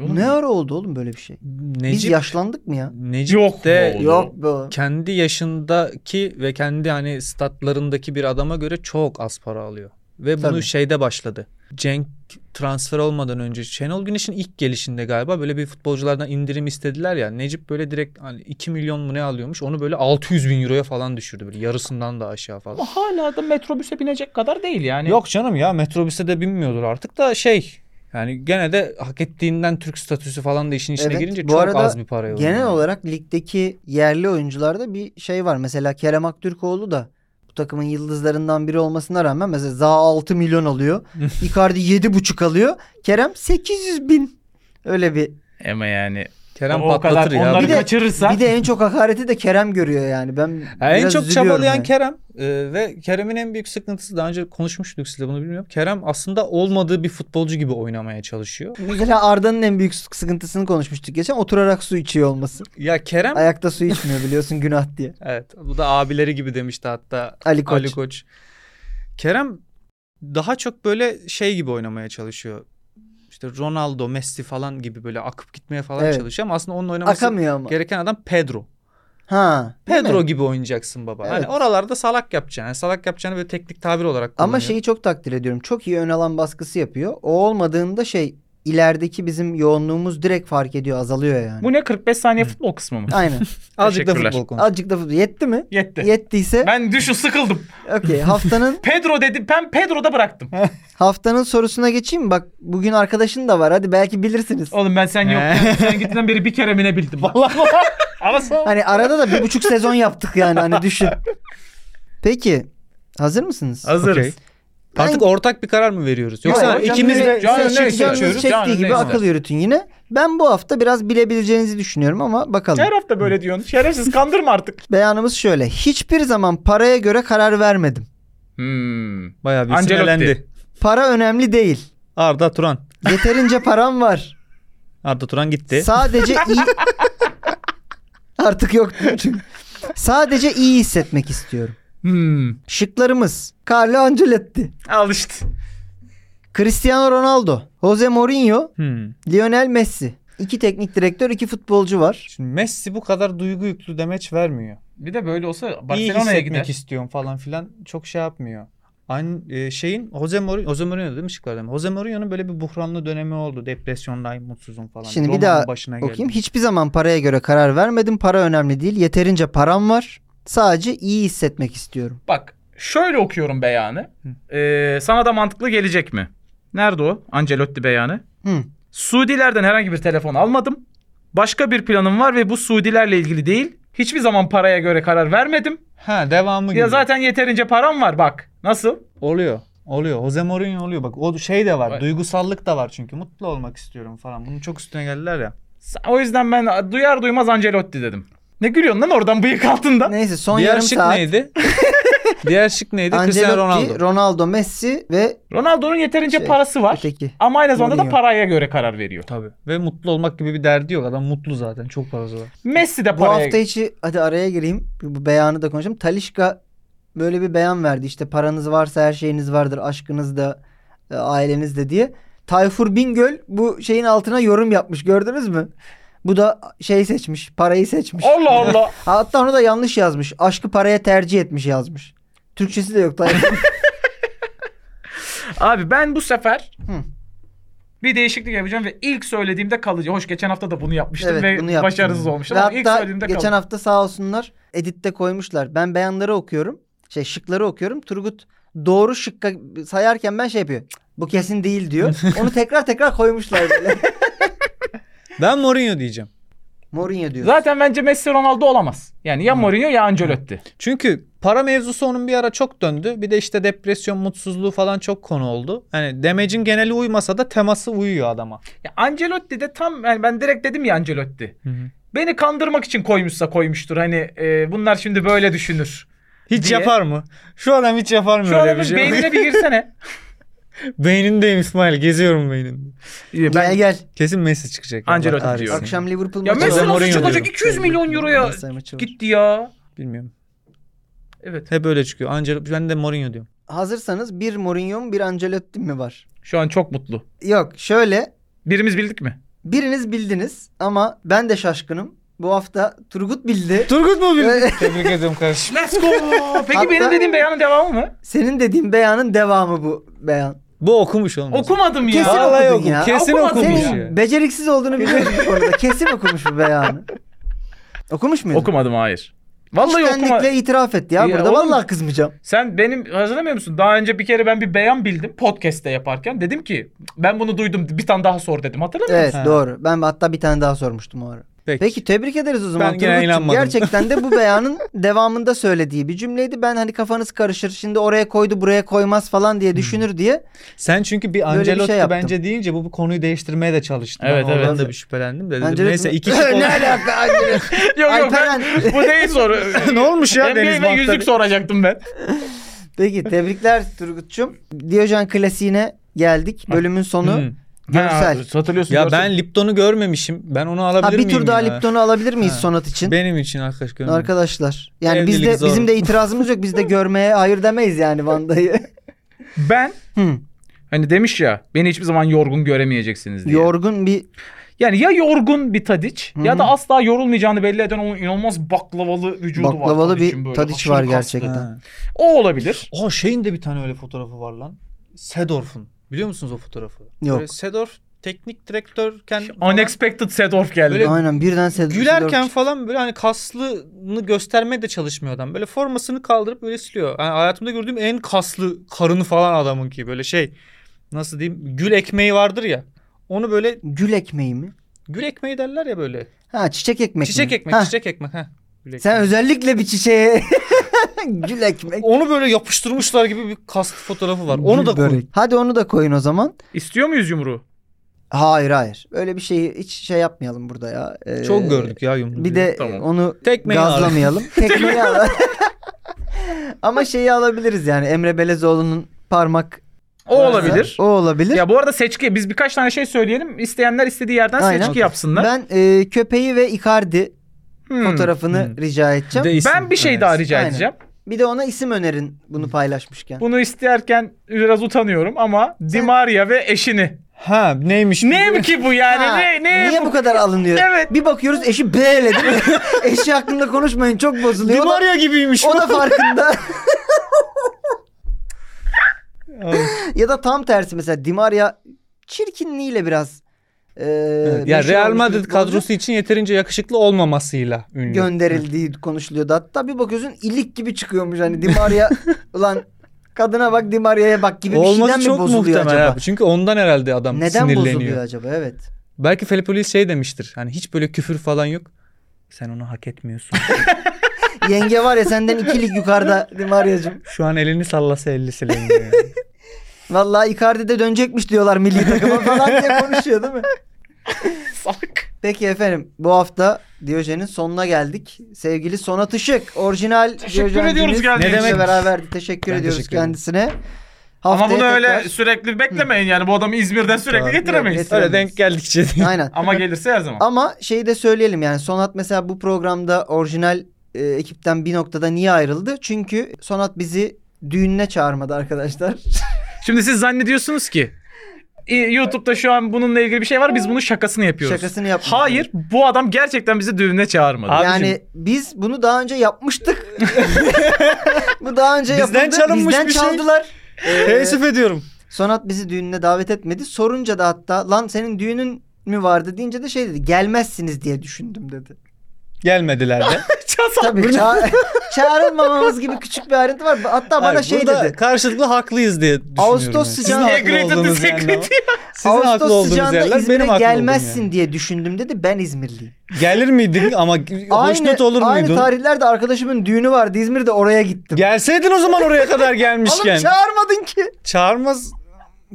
Speaker 3: Oğlum,
Speaker 2: Ne ara oldu oğlum böyle bir şey? Biz
Speaker 4: Necip,
Speaker 2: yaşlandık mı ya?
Speaker 4: Necip
Speaker 3: Yok
Speaker 4: de
Speaker 3: be oğlum.
Speaker 2: Yok be. oğlum.
Speaker 4: kendi yaşındaki ve kendi hani statlarındaki bir adama göre çok az para alıyor. Ve bunu
Speaker 2: Tabii.
Speaker 4: şeyde başladı. Cenk transfer olmadan önce Şenol Güneş'in ilk gelişinde galiba böyle bir futbolculardan indirim istediler ya. Necip böyle direkt hani 2 milyon mu ne alıyormuş onu böyle 600 bin euroya falan düşürdü. Böyle yarısından da aşağı falan. Hani
Speaker 3: Ama hala da metrobüse binecek kadar değil yani.
Speaker 4: Yok canım ya metrobüse de binmiyordur artık da şey yani gene de hak ettiğinden Türk statüsü falan da işin içine
Speaker 2: Evet,
Speaker 4: girince
Speaker 2: bu
Speaker 4: çok
Speaker 2: arada
Speaker 4: az bir para oluyor.
Speaker 2: Genel olarak ligdeki yerli oyuncularda bir şey var. Mesela Kerem Aktürkoğlu da bu takımın yıldızlarından biri olmasına rağmen mesela Zaha 6 milyon alıyor. Icardi 7,5 alıyor. Kerem 800 bin. Öyle bir.
Speaker 3: Ama yani
Speaker 4: Kerem
Speaker 3: o kadar
Speaker 4: patlatır ya.
Speaker 3: onları
Speaker 2: Bir de-
Speaker 3: kaçırırsa
Speaker 2: Bir de en çok hakareti de Kerem görüyor yani. Ben
Speaker 4: Ya en
Speaker 2: biraz
Speaker 4: çok
Speaker 2: üzülüyorum
Speaker 4: çabalayan
Speaker 2: yani.
Speaker 4: Kerem e, ve Kerem'in en büyük sıkıntısı daha önce konuşmuştuk size bunu bilmiyorum. Kerem aslında olmadığı bir futbolcu gibi oynamaya çalışıyor.
Speaker 2: Mesela Arda'nın en büyük sık- sıkıntısını konuşmuştuk geçen. Oturarak su içiyor olması.
Speaker 4: Ya Kerem
Speaker 2: Ayakta su içmiyor biliyorsun günah diye.
Speaker 4: evet bu da abileri gibi demişti hatta
Speaker 2: Ali Koç.
Speaker 4: Ali Koç. Kerem daha çok böyle şey gibi oynamaya çalışıyor. İşte Ronaldo, Messi falan gibi böyle akıp gitmeye falan
Speaker 2: Evet.
Speaker 4: çalışıyor ama aslında onun oynaması
Speaker 2: Akamıyor ama.
Speaker 4: gereken adam Pedro.
Speaker 2: Ha. değil mi?
Speaker 4: Pedro gibi oynayacaksın baba. Hani
Speaker 2: Evet.
Speaker 4: oralarda salak yapacaksın. Yani salak yapacağını böyle teknik tabir olarak
Speaker 2: Ama şey-
Speaker 4: kullanıyor.
Speaker 2: şeyi çok takdir ediyorum. Çok iyi ön alan baskısı yapıyor. O olmadığında şey ilerideki bizim yoğunluğumuz direkt fark ediyor azalıyor yani.
Speaker 3: bu ne 45 saniye futbol kısmı mı?
Speaker 2: Aynen.
Speaker 4: azıcık da
Speaker 3: Teşekkürler.
Speaker 4: futbol konuş.
Speaker 2: Azıcık da yetti mi?
Speaker 3: Yetti.
Speaker 2: Yettiyse
Speaker 3: Ben düşün sıkıldım.
Speaker 2: okey. Haftanın
Speaker 3: Pedro dedim ben Pedro'da bıraktım.
Speaker 2: haftanın sorusuna geçeyim. Bak bugün arkadaşın da var. Hadi belki bilirsiniz.
Speaker 3: Oğlum ben sen yokken sen gittiğinden beri bir kere mi bildim. Vallahi Ama son-
Speaker 2: Hani arada da bir buçuk sezon yaptık yani hani düşün. Peki hazır mısınız?
Speaker 3: Hazırız.
Speaker 4: Okey.
Speaker 2: Ben-
Speaker 4: Artık ortak bir karar mı veriyoruz? Yoksa
Speaker 2: Hayır, hocam,
Speaker 4: ikimiz
Speaker 2: direkt-
Speaker 4: de
Speaker 3: Can
Speaker 4: seçtik
Speaker 3: Öner'e
Speaker 4: seçiyoruz.
Speaker 2: Canınız
Speaker 3: seçiyoruz.
Speaker 2: çektiği
Speaker 3: Canınız
Speaker 2: gibi
Speaker 3: neyse.
Speaker 2: akıl yürütün yine. Ben bu hafta biraz bilebileceğinizi düşünüyorum ama bakalım.
Speaker 3: Her hafta böyle diyorsun. Şerefsiz kandırma artık.
Speaker 2: Beyanımız şöyle. Hiçbir zaman paraya göre karar vermedim.
Speaker 3: Hmm.
Speaker 4: Bayağı bir
Speaker 3: Ancelotti.
Speaker 4: sinirlendi.
Speaker 2: Para önemli değil.
Speaker 4: Arda Turan.
Speaker 2: Yeterince param var.
Speaker 4: Arda Turan gitti.
Speaker 2: Sadece iyi... Artık yok çünkü. Sadece iyi hissetmek istiyorum.
Speaker 3: Hmm.
Speaker 2: Şıklarımız. Carlo Ancelotti.
Speaker 3: Al işte.
Speaker 2: Cristiano Ronaldo. Jose Mourinho.
Speaker 4: Hmm.
Speaker 2: Lionel Messi. İki teknik direktör, iki futbolcu var.
Speaker 4: Şimdi Messi bu kadar duygu yüklü demeç vermiyor.
Speaker 3: Bir de böyle olsa
Speaker 4: İyi
Speaker 3: Barcelona'ya
Speaker 4: hissetmek
Speaker 3: gider.
Speaker 4: istiyorum falan filan çok şey yapmıyor. Aynı e, şeyin Jose Mourinho, Jose Mourinho değil mi şıklardan? Jose Mourinho'nun böyle bir buhranlı dönemi oldu. Depresyondayım, mutsuzum falan.
Speaker 2: Şimdi bir
Speaker 4: Roma'nın
Speaker 2: daha
Speaker 4: başına geldi.
Speaker 2: Okuyayım. Hiçbir zaman paraya göre karar vermedim. Para önemli değil. Yeterince param var. Sadece iyi hissetmek istiyorum.
Speaker 3: Bak şöyle okuyorum beyanı. Ee, sana da mantıklı gelecek mi? Nerede o? Ancelotti beyanı.
Speaker 2: Hı.
Speaker 3: Suudilerden herhangi bir telefon almadım. Başka bir planım var ve bu Suudilerle ilgili değil. Hiçbir zaman paraya göre karar vermedim.
Speaker 4: Ha devamı gibi.
Speaker 3: Ya zaten yeterince param var bak. Nasıl?
Speaker 4: Oluyor. Oluyor. Jose Mourinho oluyor. Bak o şey de var.
Speaker 3: Vay.
Speaker 4: Duygusallık da var çünkü. Mutlu olmak istiyorum falan. Bunun çok üstüne geldiler ya.
Speaker 3: O yüzden ben duyar duymaz Ancelotti dedim. Ne gülüyorsun lan oradan bıyık altında?
Speaker 2: Neyse son
Speaker 4: Diğer
Speaker 2: yarım
Speaker 4: şık
Speaker 2: saat.
Speaker 4: neydi? Diğer şık neydi? Cristiano
Speaker 2: Ancelotti,
Speaker 4: Ronaldo.
Speaker 2: Ronaldo, Messi ve
Speaker 3: Ronaldo'nun yeterince
Speaker 2: Şey,
Speaker 3: parası var.
Speaker 2: öteki.
Speaker 3: Ama aynı zamanda da
Speaker 2: Mourinho.
Speaker 3: paraya göre karar veriyor.
Speaker 4: Tabii. Ve mutlu olmak gibi bir derdi yok. Adam mutlu zaten. Çok parası var.
Speaker 3: Messi de
Speaker 2: Bu
Speaker 3: paraya
Speaker 2: hafta içi hadi araya gireyim. Bu beyanı da konuşalım. Talişka böyle bir beyan verdi. İşte paranız varsa her şeyiniz vardır. Aşkınız da e, aileniz de diye. Tayfur Bingöl bu şeyin altına yorum yapmış. Gördünüz mü? Bu da şey seçmiş. Parayı seçmiş.
Speaker 3: Allah Allah.
Speaker 2: Hatta onu da yanlış yazmış. Aşkı paraya tercih etmiş yazmış. Türkçesi de yok. Tayfur.
Speaker 3: Abi ben bu sefer
Speaker 2: Hı.
Speaker 3: bir değişiklik yapacağım ve ilk söylediğimde kalıcı. Hoş geçen hafta da bunu yapmıştım
Speaker 2: evet
Speaker 3: ve
Speaker 2: bunu yaptım.
Speaker 3: başarısız olmuştum
Speaker 2: Ve
Speaker 3: ama ilk
Speaker 2: hatta
Speaker 3: söylediğimde
Speaker 2: geçen
Speaker 3: kalıcı.
Speaker 2: hafta sağ olsunlar editte koymuşlar. Ben beyanları okuyorum. Şey şıkları okuyorum. Turgut doğru şıkka sayarken ben şey yapıyor. "Cık, Bu kesin değil diyor. Onu tekrar tekrar koymuşlar böyle.
Speaker 4: Ben Mourinho diyeceğim.
Speaker 2: Mourinho diyor.
Speaker 3: Zaten bence Messi Ronaldo olamaz. Yani ya Mourinho ya Ancelotti.
Speaker 4: Çünkü para mevzusu onun bir ara çok döndü. Bir de işte depresyon, mutsuzluğu falan çok konu oldu. Hani demecin geneli uymasa da teması uyuyor adama.
Speaker 3: Ya Ancelotti de tam yani ben direkt dedim ya Ancelotti. Beni kandırmak için koymuşsa koymuştur. Hani e, bunlar şimdi böyle düşünür.
Speaker 4: Hiç
Speaker 3: Diye-
Speaker 4: yapar mı? Şu adam hiç yapar mı
Speaker 3: Şu
Speaker 4: öyle bir
Speaker 3: adamın
Speaker 4: şey?
Speaker 3: beynine bir girsene.
Speaker 4: Beynindeyim İsmail. Geziyorum beyninde.
Speaker 3: ben
Speaker 2: Gel gel.
Speaker 4: Kesin Messi çıkacak. Allah
Speaker 3: Ancelotti
Speaker 4: kahretsin.
Speaker 3: diyor.
Speaker 2: Akşam Liverpool
Speaker 3: Ya
Speaker 2: maçı
Speaker 3: Messi
Speaker 2: var.
Speaker 4: Ben
Speaker 3: nasıl
Speaker 4: Mourinho
Speaker 3: çıkacak?
Speaker 4: diyorum.
Speaker 3: 200 milyon euroya
Speaker 2: Galatasaray maçı var.
Speaker 3: gitti ya.
Speaker 4: Bilmiyorum.
Speaker 3: Evet.
Speaker 4: Hep böyle çıkıyor. Ancelotti ben de Mourinho diyorum.
Speaker 2: Hazırsanız bir Mourinho mu bir Ancelotti mi var?
Speaker 3: Şu an çok mutlu.
Speaker 2: Yok şöyle
Speaker 3: Birimiz bildik mi?
Speaker 2: biriniz bildiniz ama ben de şaşkınım. Bu hafta Turgut bildi.
Speaker 4: Turgut mu
Speaker 2: bildi?
Speaker 4: Tebrik ediyorum kardeşim.
Speaker 3: Let's go. Peki
Speaker 2: Hatta-
Speaker 3: benim dediğim beyanın devamı mı?
Speaker 2: Senin dediğin beyanın devamı bu beyan.
Speaker 4: Bu okumuş oğlum.
Speaker 3: Okumadım ya.
Speaker 2: Kesin
Speaker 4: Vallahi
Speaker 2: okudun
Speaker 4: okum.
Speaker 2: ya.
Speaker 4: Kesin
Speaker 3: Okumadın
Speaker 4: okumuş
Speaker 3: ya.
Speaker 4: ya.
Speaker 2: Senin beceriksiz olduğunu biliyorum bu konuda. Kesin okumuş bu beyanı. Okumuş muydun?
Speaker 3: Okumadım hayır. Vallahi
Speaker 2: İştenlikle
Speaker 3: okumadım.
Speaker 2: itiraf etti ya
Speaker 3: Ya
Speaker 2: burada.
Speaker 3: oğlum.
Speaker 2: Vallahi kızmayacağım.
Speaker 3: Sen benim hatırlamıyor musun? Daha önce bir kere ben bir beyan bildim podcast'te yaparken. Dedim ki ben bunu duydum bir tane daha sor dedim. Hatırlamıyor
Speaker 2: Evet
Speaker 4: Ha.
Speaker 2: doğru. Ben hatta bir tane daha sormuştum o ara.
Speaker 4: Peki.
Speaker 2: Peki tebrik ederiz o zaman.
Speaker 4: Ben gene
Speaker 2: Turgut'cum.
Speaker 4: inanmadım.
Speaker 2: Gerçekten de bu beyanın devamında söylediği bir cümleydi. Ben hani kafanız karışır şimdi oraya koydu buraya koymaz falan diye düşünür diye.
Speaker 4: Sen çünkü bir
Speaker 2: bir
Speaker 4: Ancelotti
Speaker 2: şey yaptım.
Speaker 4: bence deyince bu, bu konuyu değiştirmeye de çalıştın.
Speaker 3: Evet,
Speaker 4: ben
Speaker 3: evet.
Speaker 4: Oradan da bir şüphelendim de. Dedim,
Speaker 2: Ancelotti-
Speaker 4: neyse iki şık
Speaker 2: ne
Speaker 4: oldu.
Speaker 2: alaka Ancelotti?
Speaker 3: musun? yok yok ben-
Speaker 2: Alperen.
Speaker 3: bu değil soru.
Speaker 4: ne olmuş ya
Speaker 3: NBA
Speaker 4: Deniz
Speaker 3: ve
Speaker 4: Bank'ta?
Speaker 3: yüzük soracaktım ben.
Speaker 2: Peki tebrikler Turgut'cum. Diyojen klasiğine geldik. Bölümün sonu.
Speaker 4: Hı.
Speaker 2: Görsel.
Speaker 3: Ha, hatırlıyorsun.
Speaker 4: Ya
Speaker 3: görsel.
Speaker 4: ben Lipton'u görmemişim. Ben onu
Speaker 2: Ha,
Speaker 4: alabilir
Speaker 2: bir
Speaker 4: miyim
Speaker 2: tur daha
Speaker 4: ya?
Speaker 2: Lipton'u alabilir miyiz
Speaker 4: Ha.
Speaker 2: sonat için?
Speaker 4: Benim için arkadaş görmedim.
Speaker 2: Arkadaşlar yani
Speaker 4: Evlilik
Speaker 2: biz de
Speaker 4: zor.
Speaker 2: bizim de itirazımız yok. Biz de görmeye hayır demeyiz yani Vanda'yı.
Speaker 3: ben
Speaker 2: Hı.
Speaker 3: hani demiş ya beni hiçbir zaman yorgun göremeyeceksiniz diye.
Speaker 2: Yorgun bir
Speaker 3: yani ya yorgun bir Tadiç
Speaker 2: Hı
Speaker 3: ya
Speaker 2: hı.
Speaker 3: da asla yorulmayacağını belli eden o inanılmaz baklavalı vücudu var.
Speaker 2: baklavalı
Speaker 3: Tadiç'in
Speaker 2: bir
Speaker 3: böyle,
Speaker 2: Tadiç
Speaker 3: aşırı
Speaker 2: var
Speaker 3: kaslı.
Speaker 2: gerçekten.
Speaker 4: Ha.
Speaker 3: O olabilir.
Speaker 4: O şeyin de bir tane öyle fotoğrafı var lan. Sedorf'un. Biliyor musunuz o fotoğrafı?
Speaker 2: Yok.
Speaker 4: Böyle Sedorf teknik direktörken falan,
Speaker 3: Unexpected Sedorf geldi.
Speaker 4: Böyle-
Speaker 2: Aynen birden Sedorf.
Speaker 4: gülerken falan böyle hani kaslını göstermeye de çalışmıyor adam. Böyle formasını kaldırıp böyle siliyor. Yani hayatımda gördüğüm en kaslı karını falan adamın ki böyle şey nasıl diyeyim gül ekmeği vardır ya. Onu böyle
Speaker 2: Gül ekmeği mi?
Speaker 4: gül ekmeği derler ya böyle.
Speaker 2: Ha çiçek ekmek
Speaker 4: Çiçek
Speaker 2: mi?
Speaker 4: ekmek,
Speaker 2: Ha,
Speaker 4: çiçek ekmek. Heh. Gül
Speaker 2: Sen
Speaker 4: ekmeği.
Speaker 2: özellikle bir çiçeğe gül ekmek.
Speaker 4: onu böyle yapıştırmışlar gibi bir kaslı fotoğrafı var. Onu
Speaker 2: Gül
Speaker 4: da koy.
Speaker 2: börek. Hadi onu da koyun o zaman.
Speaker 3: İstiyor muyuz yumruğu?
Speaker 2: Hayır hayır. Öyle bir şeyi hiç şey yapmayalım burada ya. Ee,
Speaker 4: Çok gördük ya yumruğu.
Speaker 2: Bir de
Speaker 3: Tamam.
Speaker 2: onu
Speaker 4: Tekmeyi
Speaker 2: gazlamayalım. Tekmeyi al. Ama şeyi alabiliriz yani Emre Belezoğlu'nun parmak
Speaker 3: O olabilir.
Speaker 2: o olabilir.
Speaker 3: Ya bu arada seçki biz birkaç tane şey söyleyelim. İsteyenler istediği yerden
Speaker 2: Aynen.
Speaker 3: seçki yapsınlar.
Speaker 2: Ben e, köpeği ve Icardi
Speaker 3: Hmm.
Speaker 2: fotoğrafını
Speaker 4: Hmm.
Speaker 2: rica edeceğim.
Speaker 3: Ben bir şey daha rica
Speaker 2: Aynen.
Speaker 3: edeceğim.
Speaker 2: bir de ona isim önerin bunu paylaşmışken.
Speaker 3: Bunu isterken biraz utanıyorum ama Di
Speaker 2: Sen-
Speaker 3: Maria ve eşini.
Speaker 4: Ha neymiş?
Speaker 3: Ne ki bu yani?
Speaker 2: Ha,
Speaker 3: ne ne
Speaker 2: niye bu kadar alınıyor?
Speaker 3: Evet.
Speaker 2: Bir bakıyoruz eşi böyle değil mi? eşi hakkında konuşmayın çok
Speaker 4: Di
Speaker 2: bozuluyor. O da,
Speaker 4: Maria gibiymiş.
Speaker 2: o da farkında.
Speaker 4: Ay.
Speaker 2: ya da tam tersi mesela Di Maria çirkinliğiyle biraz e,
Speaker 4: Evet, ya
Speaker 2: meşhur
Speaker 4: Real
Speaker 2: olmuş bir
Speaker 4: Madrid
Speaker 2: futbolcu.
Speaker 4: kadrosu için yeterince yakışıklı olmamasıyla ünlü.
Speaker 2: gönderildiği konuşuluyordu. Hatta bir bakıyorsun ilik gibi çıkıyormuş hani Di Maria ulan kadına bak Di Maria'ya bak gibi bir
Speaker 4: Olması
Speaker 2: şeyden mi
Speaker 4: çok
Speaker 2: bozuluyor
Speaker 4: muhtemel
Speaker 2: acaba?
Speaker 4: abi. Çünkü ondan herhalde adam
Speaker 2: Neden
Speaker 4: sinirleniyor.
Speaker 2: bozuluyor acaba? Evet.
Speaker 4: Belki Felipe Luis şey demiştir. Hani hiç böyle küfür falan yok. Sen onu hak etmiyorsun.
Speaker 2: Yenge var ya senden iki lig yukarıda Di Maria'cığım.
Speaker 4: Şu an elini sallasa elli sileniyor.
Speaker 2: Vallahi Icardi de dönecekmiş diyorlar milli takıma falan diye konuşuyor değil mi?
Speaker 3: salak.
Speaker 2: Peki efendim bu hafta Diyojen'in sonuna geldik. Sevgili Sonat Işık orijinal
Speaker 3: Teşekkür
Speaker 2: Diyojen'cimiz
Speaker 3: ediyoruz geldiğiniz
Speaker 2: bizimle
Speaker 4: için.
Speaker 2: beraberdi. Teşekkür
Speaker 4: Ben
Speaker 2: ediyoruz
Speaker 4: teşekkür ederim.
Speaker 2: kendisine.
Speaker 3: Ama bunu
Speaker 2: Haftaya
Speaker 3: öyle
Speaker 2: tekrar-
Speaker 3: sürekli beklemeyin yani. Bu adamı İzmir'den sürekli
Speaker 4: Yok,
Speaker 3: getiremeyiz.
Speaker 2: getir-
Speaker 4: Öyle denk geldikçe.
Speaker 2: Aynen.
Speaker 3: Ama gelirse her zaman.
Speaker 2: Ama şeyi de söyleyelim yani Sonat mesela bu programda orijinal e, ekipten bir noktada niye ayrıldı? Çünkü Sonat bizi düğününe çağırmadı arkadaşlar.
Speaker 3: Şimdi siz zannediyorsunuz ki e, YouTube'da şu an bununla ilgili bir şey var. Biz bunun şakasını yapıyoruz.
Speaker 2: Şakasını yapmadı.
Speaker 3: Hayır, bu adam gerçekten bizi düğüne çağırmadı.
Speaker 4: Abi-
Speaker 2: Yani
Speaker 4: Abicim.
Speaker 2: biz bunu daha önce yapmıştık. bu daha önce
Speaker 4: Bizden
Speaker 2: yapıldı.
Speaker 4: çalınmış
Speaker 2: Bizden
Speaker 4: bir şey.
Speaker 2: çaldılar. Ee,
Speaker 4: Teessüf ediyorum.
Speaker 2: Sonat bizi düğününe davet etmedi. Sorunca da hatta lan senin düğünün mü vardı deyince de şey dedi. Gelmezsiniz diye düşündüm dedi.
Speaker 4: Gelmediler de.
Speaker 2: Tabii ça- çağrılmamamız gibi küçük bir ayrıntı var. Hatta bana
Speaker 4: Hayır,
Speaker 2: şey
Speaker 4: burada
Speaker 2: dedi.
Speaker 4: Karşılıklı haklıyız diye düşünüyorum.
Speaker 2: Ağustos
Speaker 4: yani.
Speaker 2: sıcağı-
Speaker 4: Sizin haklı
Speaker 3: Agree to
Speaker 4: olduğunuz
Speaker 3: disagree
Speaker 4: yerler var. Sizin haklı
Speaker 2: Ağustos
Speaker 4: olduğunuz
Speaker 2: sıcağında
Speaker 4: yerler benim
Speaker 2: İzmir'e
Speaker 4: haklı
Speaker 2: gelmezsin
Speaker 4: olduğum
Speaker 2: diye düşündüm dedi. Ben İzmirliyim.
Speaker 4: yani. Gelir miydin ama hoşnut olur
Speaker 2: aynı
Speaker 4: muydun?
Speaker 2: tarihlerde arkadaşımın düğünü vardı. İzmir'de oraya gittim.
Speaker 4: Gelseydin o zaman oraya kadar
Speaker 2: Oğlum
Speaker 4: gelmişken.
Speaker 2: çağırmadın ki.
Speaker 4: Çağırmaz.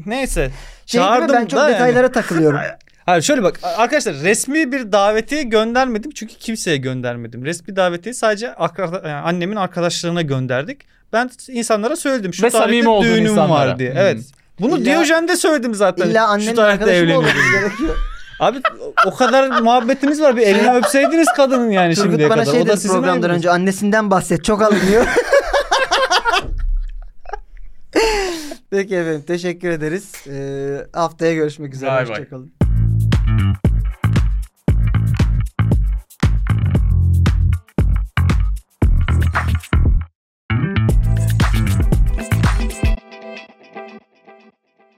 Speaker 4: Neyse.
Speaker 2: Şey gibi
Speaker 4: Çağırdım
Speaker 2: ben çok
Speaker 4: da yani.
Speaker 2: detaylara takılıyorum.
Speaker 4: Hayır şöyle bak arkadaşlar resmi bir davetiye göndermedim çünkü kimseye göndermedim. Resmi davetiye sadece arkada- yani annemin arkadaşlarına gönderdik. Ben insanlara söyledim şu
Speaker 3: Ve
Speaker 4: tarihte
Speaker 3: samimi olduğun
Speaker 4: düğünüm
Speaker 3: insanlara.
Speaker 4: var diye.
Speaker 3: Hmm.
Speaker 4: Evet. Bunu
Speaker 2: İlla-
Speaker 4: Diyojen'de söyledim zaten.
Speaker 2: İlla
Speaker 4: şu
Speaker 2: annenin
Speaker 4: tarihte
Speaker 2: arkadaşı mı
Speaker 4: evleniyorum.
Speaker 2: olması gerekiyor?
Speaker 4: Abi o kadar muhabbetiniz var. Bir elini öpseydiniz kadının yani
Speaker 2: Turgut
Speaker 4: şimdiye
Speaker 2: bana
Speaker 4: kadar.
Speaker 2: şey
Speaker 4: o da
Speaker 2: dedi
Speaker 4: sizin
Speaker 2: programdan
Speaker 4: ayrınız.
Speaker 2: önce annesinden bahset çok alınıyor. Peki efendim teşekkür ederiz. Ee, haftaya görüşmek üzere.
Speaker 3: Bay bay.
Speaker 2: Hoşçakalın.